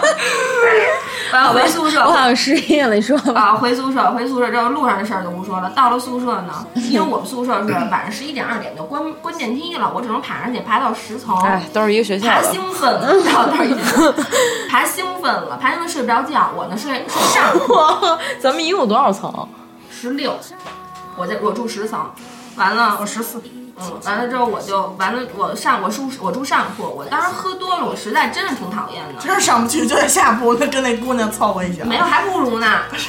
[SPEAKER 2] 完了回宿舍，
[SPEAKER 5] 我好像失忆了，你说吧。
[SPEAKER 2] 啊，回宿舍，回宿舍之后路上的事儿就不说了。到了宿舍呢，因为我们宿舍是晚上十一点二点就关关电梯了，我只能爬上去，爬到十层。
[SPEAKER 5] 哦
[SPEAKER 6] 哎，都是一个学校
[SPEAKER 2] 爬
[SPEAKER 6] 的。
[SPEAKER 2] 兴奋了，然后到一爬兴奋了，爬兴奋睡不着觉，我呢睡睡上
[SPEAKER 6] 哇，咱们一共有多少层？
[SPEAKER 2] 十六，我在我住十层，完了我十四。嗯，完了之后我就完了，我上我住我住上铺，我当时喝多了，我实在真是挺讨厌的。
[SPEAKER 4] 真是上不去就在下铺，那跟那姑娘凑合一宿。
[SPEAKER 2] 没有，还不如呢。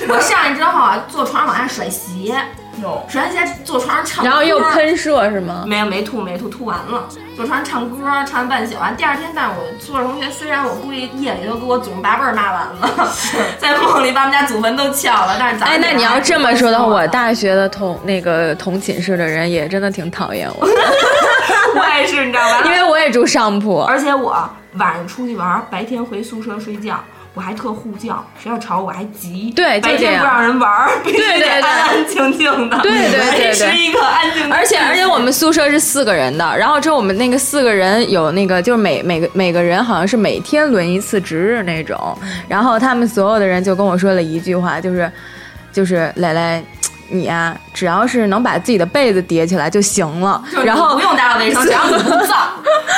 [SPEAKER 2] 我上去之后啊，坐床上往下甩鞋，
[SPEAKER 4] 有，
[SPEAKER 2] 甩完鞋坐床上唱歌，
[SPEAKER 5] 然后又喷射是吗？
[SPEAKER 2] 没有没吐没吐，吐完了，就穿唱歌唱完半宿，完第二天，但是我宿舍同学虽然我估计夜里都给我祖坟八辈儿骂完了，在梦里把我们家祖坟都撬了，但是早上
[SPEAKER 5] 哎，那你要这么说的话，
[SPEAKER 2] 我
[SPEAKER 5] 我大学的同那个同寝室的人也真的挺讨厌我，
[SPEAKER 2] 我也是，你知道吧？
[SPEAKER 5] 因为我也住上铺。
[SPEAKER 2] 而且我晚上出去玩，白天回宿舍睡觉。我还特护教，谁要吵我还急。
[SPEAKER 5] 对就
[SPEAKER 2] 白
[SPEAKER 5] 这样
[SPEAKER 2] 天不让人玩儿，必须
[SPEAKER 5] 对
[SPEAKER 2] 得
[SPEAKER 5] 对对
[SPEAKER 2] 安安静静的。
[SPEAKER 5] 对对对对
[SPEAKER 2] 是一个安静的。
[SPEAKER 5] 而且而且我们宿舍是四个人的，然后之后我们那个四个人有那个就是每每个每个人好像是每天轮一次值日那种，然后他们所有的人就跟我说了一句话，就是 就是蕾蕾。你呀、只要是能把自己的被子叠起来就行了
[SPEAKER 2] 就是，你
[SPEAKER 5] 然后
[SPEAKER 2] 不用打扫卫生，只要你不 脏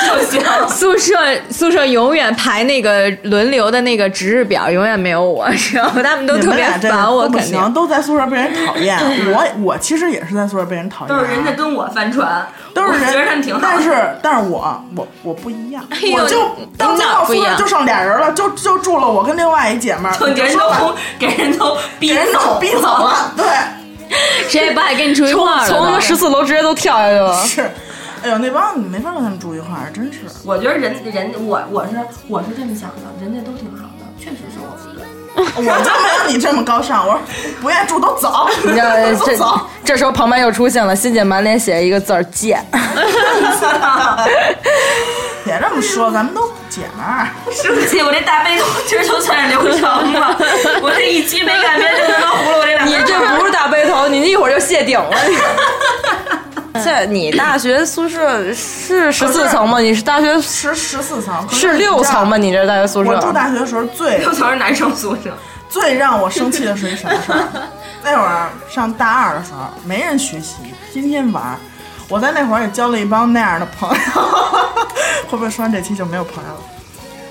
[SPEAKER 2] 就行。
[SPEAKER 5] 宿舍宿舍永远排那个轮流的那个值日表，永远没有我，知道吗？他们都
[SPEAKER 4] 你
[SPEAKER 5] 特
[SPEAKER 4] 们
[SPEAKER 5] 别
[SPEAKER 4] 俩这
[SPEAKER 5] 烦我，
[SPEAKER 4] 都不
[SPEAKER 5] 肯定
[SPEAKER 4] 行，都在宿舍被人讨 厌。我我其实也是在宿舍被人讨厌
[SPEAKER 2] 都
[SPEAKER 4] 啊，
[SPEAKER 2] 是人家跟我翻船，
[SPEAKER 4] 都是
[SPEAKER 2] 我觉得他
[SPEAKER 4] 人
[SPEAKER 2] 们挺好。
[SPEAKER 4] 但是但是我我我不一样，
[SPEAKER 5] 呦
[SPEAKER 4] 我就到最后
[SPEAKER 5] 不
[SPEAKER 4] 宿
[SPEAKER 5] 一样
[SPEAKER 4] 舍就剩俩人了，就就住了我跟另外一姐们儿，
[SPEAKER 2] 就给人
[SPEAKER 4] 说吧
[SPEAKER 2] 都 给人都逼
[SPEAKER 4] 给人都逼走
[SPEAKER 2] 了。
[SPEAKER 4] 了，对，
[SPEAKER 5] 谁也不爱跟你住一块儿了
[SPEAKER 6] 从他
[SPEAKER 5] 都
[SPEAKER 6] 们十四楼直接都跳下去了。
[SPEAKER 4] 是。哎呦，那帮你没法跟他们住一块儿，真是。
[SPEAKER 2] 我觉得人人我我是我是这么想的，人家都挺好的，确实是我不对。
[SPEAKER 4] 我就没有你这么高尚，我说不愿意住都走，
[SPEAKER 6] 你知道
[SPEAKER 4] 都
[SPEAKER 6] 这
[SPEAKER 4] 走。
[SPEAKER 6] 这时候旁边又出现了新姐满脸写一个字儿贱，
[SPEAKER 4] 别这么说，咱们都姐们儿。
[SPEAKER 2] 生气，我这大悲今儿就算流程了，我这一期没干别的，都糊了我这两
[SPEAKER 6] 你
[SPEAKER 2] 天。
[SPEAKER 6] 这不是大背头，你一会儿就谢顶了。 在你大学宿舍是十四层吗？你是大学
[SPEAKER 4] 十十四层可
[SPEAKER 6] 是
[SPEAKER 4] 你
[SPEAKER 6] 六
[SPEAKER 4] 知道
[SPEAKER 6] 层吗？你这大学宿
[SPEAKER 4] 我
[SPEAKER 6] 舍？
[SPEAKER 4] 住大学的时候 最
[SPEAKER 2] 又全是男生宿舍，
[SPEAKER 4] 最让我生气的是一什么事儿？啊 那会儿上大二的时候，没人学习，天天玩儿。我在那会儿也交了一帮那样的朋友， 会不会说完这期就没有朋友了？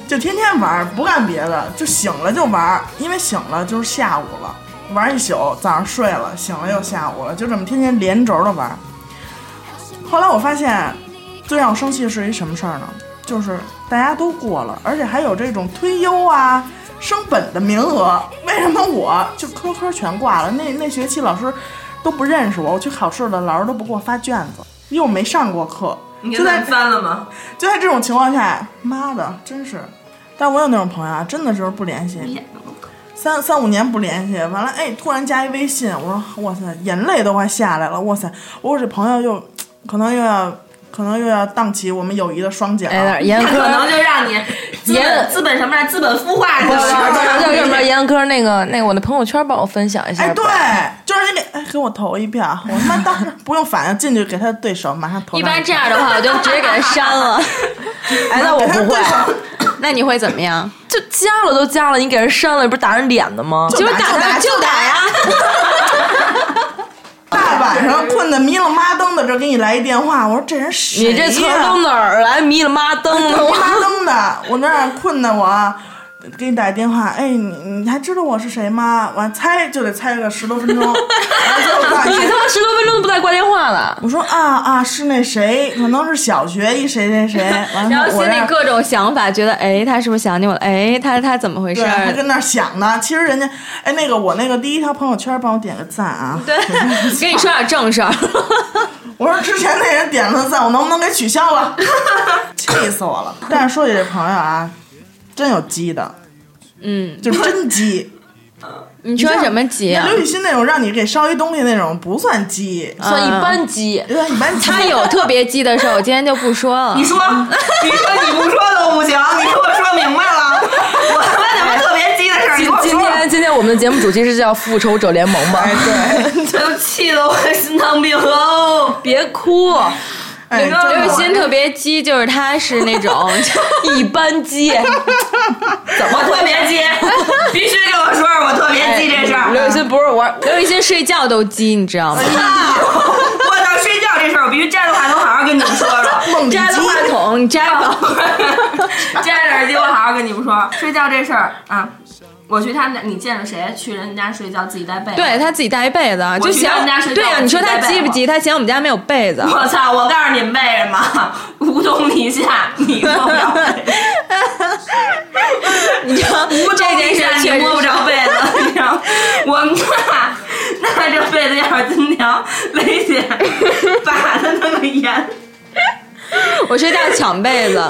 [SPEAKER 4] 就天天玩儿，不干别的，就醒了就玩儿，因为醒了就是下午了，玩儿一宿，早上睡了，醒了又下午了，就这么天天连轴的玩儿。后来我发现，最让我生气的是一什么事儿呢？就是大家都过了，而且还有这种推优啊、升本的名额，为什么我就科科全挂了？那那学期老师都不认识我，我去考试了，老师都不给我发卷子，因为我没上过课。
[SPEAKER 2] 你
[SPEAKER 4] 就
[SPEAKER 2] 就
[SPEAKER 4] 在
[SPEAKER 2] 算翻了吗？
[SPEAKER 4] 就在这种情况下，妈的，真是！但我有那种朋友啊，真的就是不联系，三三五年不联系，完了，哎，突然加一微信，我说哇塞，眼泪都快下来了，哇塞，我说这朋友又可能又要可能又要荡起我们友谊的双桨，
[SPEAKER 6] 哎，那严
[SPEAKER 2] 他可能
[SPEAKER 6] 科，
[SPEAKER 2] 就让你资
[SPEAKER 6] 严
[SPEAKER 2] 本资本什么来，资本孵化你
[SPEAKER 6] 不
[SPEAKER 2] 了
[SPEAKER 6] 是不 是
[SPEAKER 2] 是吧
[SPEAKER 6] 叫什么？严科那个那个，我的朋友圈帮我分享一下
[SPEAKER 4] 哎，
[SPEAKER 6] 吧。
[SPEAKER 4] 对，就是你得哎给我投一票，我他妈当时不用反应，进去给他的对手马上投
[SPEAKER 5] 一
[SPEAKER 4] 上去。
[SPEAKER 5] 般这样的话，我就直接给他删了。
[SPEAKER 6] 哎，那我
[SPEAKER 4] 给他
[SPEAKER 6] 不
[SPEAKER 4] 对
[SPEAKER 6] 会，
[SPEAKER 4] 手
[SPEAKER 5] 那你会怎么样？
[SPEAKER 6] 就加了都加了，你给人删了，你不是打人脸的吗？
[SPEAKER 5] 就是
[SPEAKER 4] 打就打
[SPEAKER 5] 他，就打呀！
[SPEAKER 4] 大晚上困得迷了妈灯的，这给你来一电话，我说这人谁呀、
[SPEAKER 6] 你这词儿都哪儿来？迷了妈登 的，
[SPEAKER 4] 我
[SPEAKER 6] 我
[SPEAKER 4] 妈灯的，我那儿困的我，给你打一电话，哎，你你还知道我是谁吗？完猜就得猜个十多分钟，然 后最后告诉
[SPEAKER 6] 你他
[SPEAKER 4] 你。
[SPEAKER 6] 妈十多分钟都不带挂电话的。
[SPEAKER 4] 我说啊啊，是那谁，可能是小学一谁谁谁，完
[SPEAKER 5] 然
[SPEAKER 4] 了
[SPEAKER 5] 后
[SPEAKER 4] 我
[SPEAKER 5] 心里
[SPEAKER 4] 这
[SPEAKER 5] 各种想法，觉得哎，他是不是想念我了？哎，他他怎么回事
[SPEAKER 4] 对，
[SPEAKER 5] 儿？
[SPEAKER 4] 还跟那儿想呢。其实人家，哎，那个我那个第一条朋友圈帮我点个赞啊。
[SPEAKER 5] 对，跟你说点 正事儿。
[SPEAKER 4] 我说之前那人点了赞，我能不能给取消了？ 气死我了！但是说起这朋友啊，真有鸡的，
[SPEAKER 5] 嗯，
[SPEAKER 4] 就是真 鸡。
[SPEAKER 5] 你说什么急啊
[SPEAKER 4] 那？刘雨欣那种让你给烧一东西那种不算鸡，
[SPEAKER 6] 算一般鸡，
[SPEAKER 4] 有点一般鸡。
[SPEAKER 5] 嗯他有特别急的事儿，我今天就不说了
[SPEAKER 2] 你。说，你说你不说都不行，你给我说明白了。我他妈怎么特别急的事儿，你
[SPEAKER 6] 今
[SPEAKER 2] 给我
[SPEAKER 6] 今
[SPEAKER 2] 说了，
[SPEAKER 6] 天今天我们的节目主题是叫《复仇者联盟》吧？
[SPEAKER 4] 哎 对，
[SPEAKER 2] 就气得我心脏病哦。
[SPEAKER 6] 别哭，
[SPEAKER 4] 哎
[SPEAKER 2] 你知道
[SPEAKER 4] 真
[SPEAKER 5] 刘
[SPEAKER 4] 的
[SPEAKER 5] 雨欣特别急，就是他是那种，
[SPEAKER 6] 一般鸡。
[SPEAKER 2] 怎么特别急？嗯必须跟我说说我特别急 这事儿。
[SPEAKER 6] 刘雨欣不是我，
[SPEAKER 5] 刘雨欣睡觉都急，你知道吗？
[SPEAKER 2] 我到睡觉这事儿，我必须摘了话筒，好好跟你们说说。
[SPEAKER 4] 梦里
[SPEAKER 5] 摘了
[SPEAKER 4] 鸡
[SPEAKER 5] 话筒，你摘吧。
[SPEAKER 2] 摘着耳机，我好好跟你们说，睡觉这事儿啊，我去他们家，你见着谁去人家睡觉自己带被？，
[SPEAKER 5] 对他自己带一被子，就
[SPEAKER 2] 去
[SPEAKER 5] 嫌
[SPEAKER 2] 他们家睡觉
[SPEAKER 5] 对呀、
[SPEAKER 2] 我
[SPEAKER 5] 你
[SPEAKER 2] 自
[SPEAKER 5] 说
[SPEAKER 2] 己
[SPEAKER 5] 他
[SPEAKER 2] 带被
[SPEAKER 5] 急不
[SPEAKER 2] 子
[SPEAKER 5] 急？他嫌我们家没有被子。
[SPEAKER 2] 我操！我告诉你们为什 么无冬立夏，你摸不着被子，
[SPEAKER 5] 你知道
[SPEAKER 2] 无
[SPEAKER 5] 这
[SPEAKER 2] 冬立
[SPEAKER 5] 件事
[SPEAKER 2] 夏
[SPEAKER 5] 确
[SPEAKER 2] 你
[SPEAKER 5] 实
[SPEAKER 2] 摸不着被子，你知道吗？我那那这被子要是金条雷姐把的那么严，
[SPEAKER 5] 我睡觉抢被 子。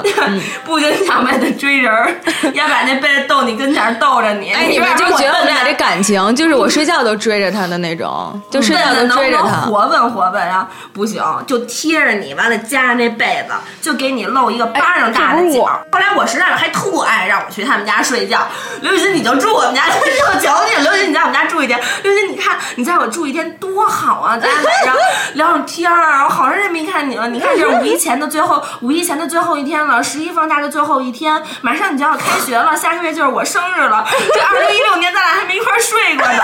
[SPEAKER 2] 不仅想被子追人儿，要把那被子逗你跟前儿逗着你。
[SPEAKER 5] 哎，
[SPEAKER 2] 你
[SPEAKER 5] 你们
[SPEAKER 2] 说
[SPEAKER 5] 就
[SPEAKER 2] 要是
[SPEAKER 5] 觉得我们俩
[SPEAKER 2] 笨
[SPEAKER 5] 这感情，就是我睡觉都追着他的那 种，就睡觉
[SPEAKER 2] 问
[SPEAKER 5] 都
[SPEAKER 2] 嗯啊能
[SPEAKER 5] 追
[SPEAKER 2] 不
[SPEAKER 5] 着
[SPEAKER 2] 能
[SPEAKER 5] 他。
[SPEAKER 2] 活问活问啊？不行，就贴着你，完了夹着那被子，就给你露一个
[SPEAKER 5] 哎
[SPEAKER 2] 巴掌大的角。后来我实在了，还特爱让我去他们家睡觉。刘雨欣，你就住我们家， 我求你了，刘雨欣，你在我们家住一天。刘雨欣，你看你在我住一天多好啊！咱俩晚 上聊会儿天儿啊，我好长时间没看你了。你看这是五一前的最后，五一前的最后一天了，十一放假的最后一天，马上你就要开学了，下个月就是我生日了。这二零一六年咱俩还没一块儿睡过呢。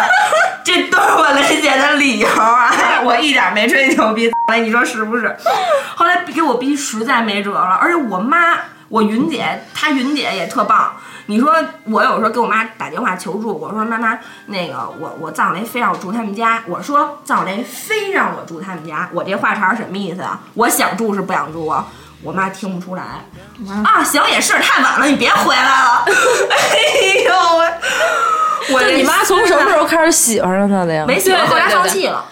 [SPEAKER 2] 这都是我雷姐的理由啊！ 我一点没吹牛逼，哎，你说是不是？后来给我逼实在没辙了，而且我妈，我云姐，她云姐也特棒。你说我有时候给我妈打电话求助，我说妈妈，那个我我藏雷非让我住他们家，我说藏雷非让我住他们家，我这话茬儿什么意思啊？我想住是不想住啊？我妈听不出来啊，行也是，太晚了，你别回来了。哎呦喂，我
[SPEAKER 6] 就
[SPEAKER 2] 这
[SPEAKER 6] 你妈从什么时候开始喜欢上他的呀？
[SPEAKER 2] 没喜欢，
[SPEAKER 5] 对
[SPEAKER 2] 后来
[SPEAKER 5] 对对
[SPEAKER 2] 放
[SPEAKER 5] 对
[SPEAKER 2] 弃了。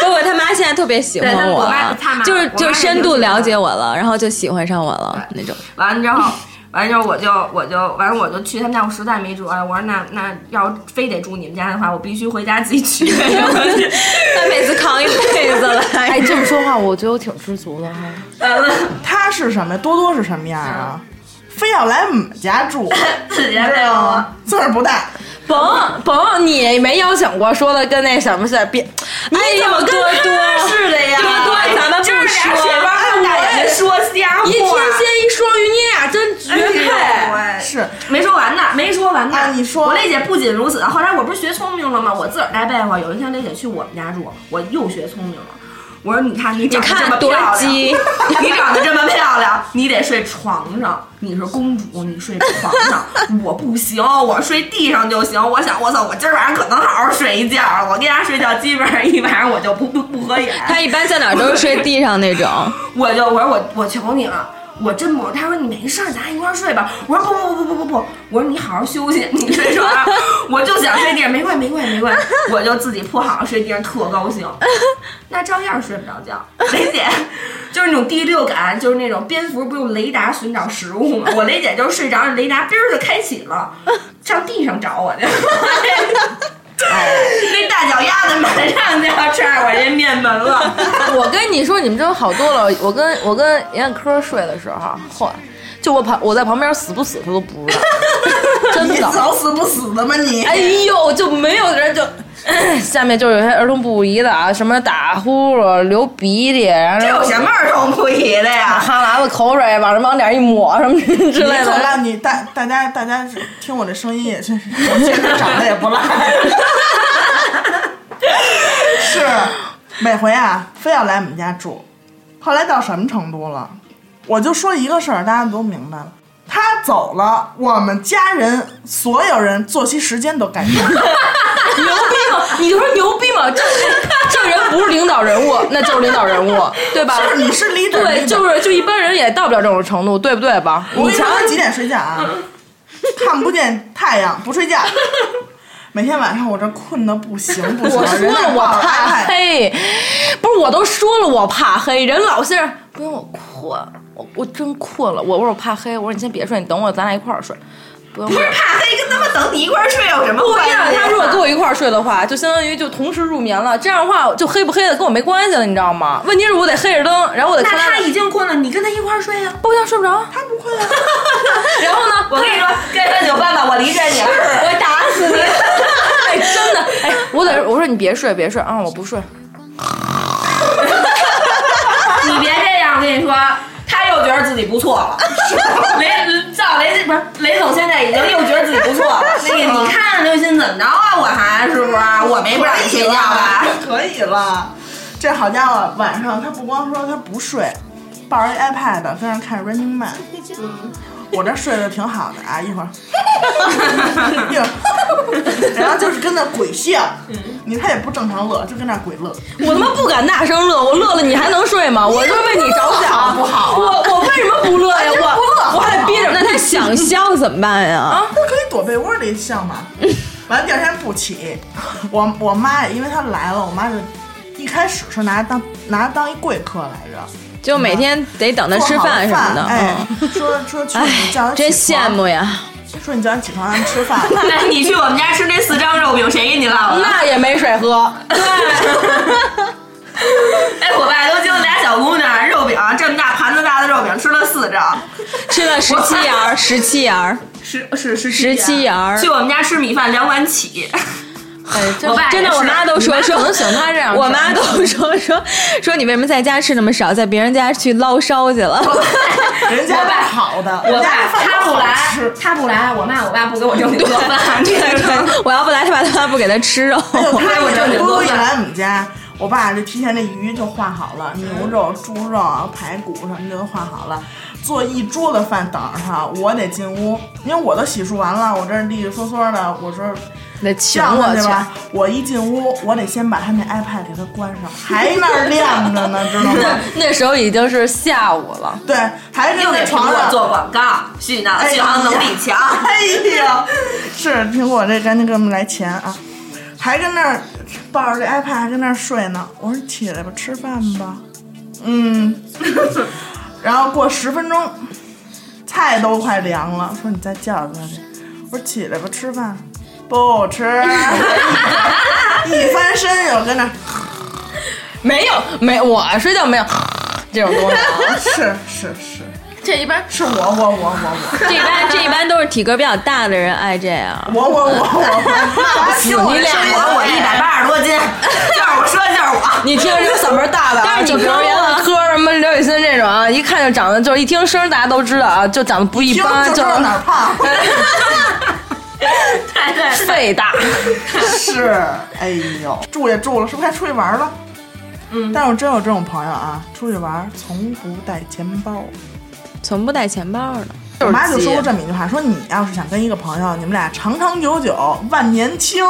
[SPEAKER 5] 不过他妈现在特别喜欢
[SPEAKER 2] 对他
[SPEAKER 5] 我
[SPEAKER 2] 我妈他妈，
[SPEAKER 5] 就是
[SPEAKER 2] 我妈
[SPEAKER 5] 就是
[SPEAKER 2] 也
[SPEAKER 5] 深
[SPEAKER 2] 就
[SPEAKER 5] 度
[SPEAKER 2] 是
[SPEAKER 5] 了解我了，然后就喜欢上我了那种。
[SPEAKER 2] 完了之后，完之后我就我就完了我就去他们家，我实在没辙了。我说那那要非得住你们家的话，我必须回家自己 取。
[SPEAKER 5] 他每次扛一辈子
[SPEAKER 6] 哎，
[SPEAKER 5] 来，
[SPEAKER 6] 这么说话，我觉得我挺知足的哈。
[SPEAKER 2] 完了
[SPEAKER 4] 他是什么呀？多多是什么样啊？非要来我们家住，
[SPEAKER 2] 自己累我。
[SPEAKER 6] 啊
[SPEAKER 4] 岁数不大，
[SPEAKER 6] 甭甭，你没有想过说的跟那什么似的，别，你
[SPEAKER 5] 哎
[SPEAKER 6] 怎
[SPEAKER 5] 呦
[SPEAKER 6] 么跟
[SPEAKER 5] 多多
[SPEAKER 6] 似的呀？
[SPEAKER 5] 多多咱们不
[SPEAKER 2] 就是俩
[SPEAKER 5] 说
[SPEAKER 2] 雪巴大
[SPEAKER 6] 啊
[SPEAKER 2] 眼睛哎说瞎话，
[SPEAKER 6] 一天蝎一双鱼，你俩真绝配。
[SPEAKER 2] 哎呦
[SPEAKER 4] 是
[SPEAKER 2] 喂没说完呢，没说完呢。
[SPEAKER 4] 啊你说
[SPEAKER 2] 我雷姐不仅如此，后来我不是学聪明了吗？我自个儿带被窝，有一天雷姐去我们家住，我又学聪明了。我说：“你看你长得这么
[SPEAKER 5] 看多
[SPEAKER 2] 漂亮，
[SPEAKER 5] 鸡
[SPEAKER 2] 你长得这么漂亮，你得睡床上。你是公主，你睡床上，我不行，我睡地上就行。我想，我操，我今儿晚上可能好好睡一觉了。我跟家睡觉，基本上一晚上我就不不不合眼。
[SPEAKER 5] 他一般在哪儿都是睡地上那种。
[SPEAKER 2] 我就我说我我求你了。我真不，他说你没事儿，咱一块儿睡吧。我说不不不不不不，我说你好好休息，你睡床上， 我就想睡地上，没关系没关系没关系，我就自己铺好了睡地上，特高兴。那照样睡不着觉，雷姐就是那种第六感，就是那种蝙蝠不用雷达寻找食物吗？我雷姐就是睡着，雷达嘣儿就开启了，上地上找我去。哦那大脚丫子马上就要踹我这面门了。
[SPEAKER 6] 我跟你说，你们真好多了。我跟我跟严科睡的时候，嚯，就我旁我在旁边死不死他都不知 道，真
[SPEAKER 4] 你
[SPEAKER 6] 的。
[SPEAKER 4] 早死不死的吧 你？
[SPEAKER 6] 哎呦，就没有人就。哎下面就是有些儿童不宜的啊，什么打呼噜、流鼻涕，然后
[SPEAKER 2] 这有哎什么儿童不宜的呀？
[SPEAKER 6] 啊哈喇子、口水往往脸一抹什么之类
[SPEAKER 4] 你可
[SPEAKER 6] 的。
[SPEAKER 4] 让你大大家大家是听我这声音也真是，我现在长得也 不赖，是每回啊非要来我们家住，后来到什么程度了？我就说一个事儿，大家都明白了。他走了，我们家人所有人作息时间都改变 了。
[SPEAKER 6] 牛逼吗？你就说牛逼吗？这这人不是领导人物，那就是领导人物，对吧？
[SPEAKER 4] 就是你是 leader，
[SPEAKER 6] 对，就是就一般人也到不了这种程度，对不对吧？
[SPEAKER 4] 我跟
[SPEAKER 6] 你
[SPEAKER 4] 你
[SPEAKER 6] 瞧
[SPEAKER 4] 说，他几点睡觉啊？看不见太阳，不睡觉。每天晚上我这困得不行不行，
[SPEAKER 6] 我说
[SPEAKER 4] 人家
[SPEAKER 6] 了我
[SPEAKER 4] 抱着
[SPEAKER 6] 怕
[SPEAKER 4] iPad
[SPEAKER 6] 黑，不是我都说了我怕黑，人老先生不用我困，我我真困了，我我说我怕黑，我说你先别睡，你等我，咱俩一块儿睡，不用
[SPEAKER 2] 不
[SPEAKER 6] 不
[SPEAKER 2] 是怕黑，跟他们等你一块儿睡有什么
[SPEAKER 6] 不
[SPEAKER 2] 关
[SPEAKER 6] 一
[SPEAKER 2] 系啊？
[SPEAKER 6] 样，他如果跟我一块儿睡的话，就相当于就同时入眠了。这样的话，就黑不黑的跟我没关系了，你知道吗？问题是我得黑着灯，然后我得
[SPEAKER 2] 那
[SPEAKER 6] 看
[SPEAKER 2] 他已经困了，你跟他一块儿睡啊呀、
[SPEAKER 6] 不行睡不着。
[SPEAKER 4] 他不困啊。
[SPEAKER 6] 然后呢，
[SPEAKER 2] 我跟你说，跟他就办吧，我离开你了，我打死你！
[SPEAKER 6] 哎，真的，哎，我得我说你别睡，别睡啊、我不睡。
[SPEAKER 2] 你别这样，我跟你说，他又觉得自己不错了。雷嗯赵雷不是雷总，现在已经又觉得自己不错了。那个你看刘鑫怎么着啊？我还是不是？我没不让你睡觉吧？
[SPEAKER 4] 可以了，这好家伙，晚上他不光说他不睡，抱着一 iPad 跟那儿看 Running Man。我这睡得挺好的啊，一会儿， 一会儿，然后就是跟那鬼笑，你看也不正常乐，就跟那鬼乐。
[SPEAKER 6] 我他妈不敢大声乐，我乐了你还能睡吗？我是为你着想，
[SPEAKER 4] 不好
[SPEAKER 6] 我我为什么不乐啊哎呀？我我还得憋着。啊
[SPEAKER 5] 那他想笑怎么办
[SPEAKER 2] 啊
[SPEAKER 5] 呀？
[SPEAKER 4] 那可以躲被窝里笑 嘛。完了第二天不起，我我妈也因为她来了，我妈就一开始是拿当拿当一贵客来着，
[SPEAKER 5] 就每天得等他吃饭什
[SPEAKER 4] 做好
[SPEAKER 5] 么的。
[SPEAKER 4] 了饭哎，说说去你叫
[SPEAKER 5] 哎
[SPEAKER 4] 她，
[SPEAKER 5] 真
[SPEAKER 4] 起
[SPEAKER 5] 羡
[SPEAKER 4] 床，
[SPEAKER 5] 慕呀！
[SPEAKER 4] 说你叫她起床咱们吃饭。
[SPEAKER 2] 那 你去我们家吃那四张肉饼，谁给你烙的？
[SPEAKER 6] 那也没水喝，
[SPEAKER 2] 哎，我爸都惊了，俩小姑娘肉饼这么大盘子大的肉饼吃了四张，
[SPEAKER 5] 吃了十七芽 儿，十七芽儿，
[SPEAKER 2] 十是十
[SPEAKER 5] 十七芽儿
[SPEAKER 2] 去。我们家吃米饭两碗起。
[SPEAKER 6] 哎，
[SPEAKER 2] 我爸
[SPEAKER 5] 真的，
[SPEAKER 2] 也是
[SPEAKER 5] 我妈都说
[SPEAKER 6] 你妈
[SPEAKER 5] 说
[SPEAKER 6] 可能喜欢他这样
[SPEAKER 5] 我妈都说说说你为什么在家吃那么少，在别人家去捞烧去了？
[SPEAKER 4] 人家是好的，
[SPEAKER 2] 我
[SPEAKER 4] 人家
[SPEAKER 2] 爸
[SPEAKER 4] 的饭
[SPEAKER 2] 他
[SPEAKER 4] 都
[SPEAKER 2] 不
[SPEAKER 4] 好
[SPEAKER 2] 来
[SPEAKER 4] 吃。，
[SPEAKER 2] 他不来，我妈我爸不给我 正经做饭，这
[SPEAKER 5] 对
[SPEAKER 2] 个 是
[SPEAKER 5] 对，我要不来，他爸他妈不给他吃肉。
[SPEAKER 4] 哎呦，他
[SPEAKER 2] 我正
[SPEAKER 4] 这
[SPEAKER 2] 经做
[SPEAKER 4] 多一
[SPEAKER 2] 饭
[SPEAKER 4] 来我们家，我爸这提前这鱼就画好了，牛肉、猪肉、啊排骨什么的都画好了，做一桌子饭等着他。我得进屋，因为我都洗漱完了，我这儿利利索索的，我这儿
[SPEAKER 6] 得请
[SPEAKER 4] 叫
[SPEAKER 6] 我
[SPEAKER 4] 他去
[SPEAKER 6] 去。
[SPEAKER 4] 吧。我一进屋，我得先把他那 iPad 给他关上，还那儿亮着呢，知道 吗？
[SPEAKER 6] 那时候已经是下午了，
[SPEAKER 4] 对，还跟
[SPEAKER 2] 又
[SPEAKER 4] 那
[SPEAKER 2] 给
[SPEAKER 4] 床
[SPEAKER 2] 苹果
[SPEAKER 4] 上
[SPEAKER 2] 做广告，续呢
[SPEAKER 4] 哎
[SPEAKER 2] 续
[SPEAKER 4] 呀
[SPEAKER 2] 航能力强。
[SPEAKER 4] 哎呀，是苹果这赶紧给我们来钱啊！还跟那儿抱着这 iPad 还跟那儿睡呢。我说起来吧，吃 饭吧。嗯，然后过十分钟，菜都快凉了，说你再叫一个去。我说起来吧，吃饭。不 吃。一翻身又跟那，
[SPEAKER 6] 没有没我睡觉没有这种东西啊。
[SPEAKER 4] 是是是，
[SPEAKER 2] 这一般
[SPEAKER 4] 是我我我我我
[SPEAKER 5] 这一般这一般都是体格比较大的人爱这样。
[SPEAKER 4] 我我我 我我，
[SPEAKER 2] 死你俩！我我一百八十多斤，就是我说的就是我。
[SPEAKER 6] 啊 你听着这个嗓门大的啊，
[SPEAKER 5] 但是
[SPEAKER 6] 就
[SPEAKER 5] 你
[SPEAKER 6] 比如
[SPEAKER 5] 跟
[SPEAKER 6] 阎
[SPEAKER 5] 我
[SPEAKER 6] 老科什么刘雨欣这种啊，一看就长得就是一听声儿大家都知道啊，就长得不一
[SPEAKER 4] 听
[SPEAKER 6] 般，
[SPEAKER 4] 就知道哪 儿胖。
[SPEAKER 2] 对对，
[SPEAKER 6] 肺大。
[SPEAKER 4] 是，哎呦，住也住了，是不是该出去玩了？嗯，但是我真有这种朋友啊，出去玩从不带钱包。
[SPEAKER 5] 从不带钱包的，
[SPEAKER 4] 我妈就说过这么一句话，说你要是想跟一个朋友，你们俩长长久久，万年青，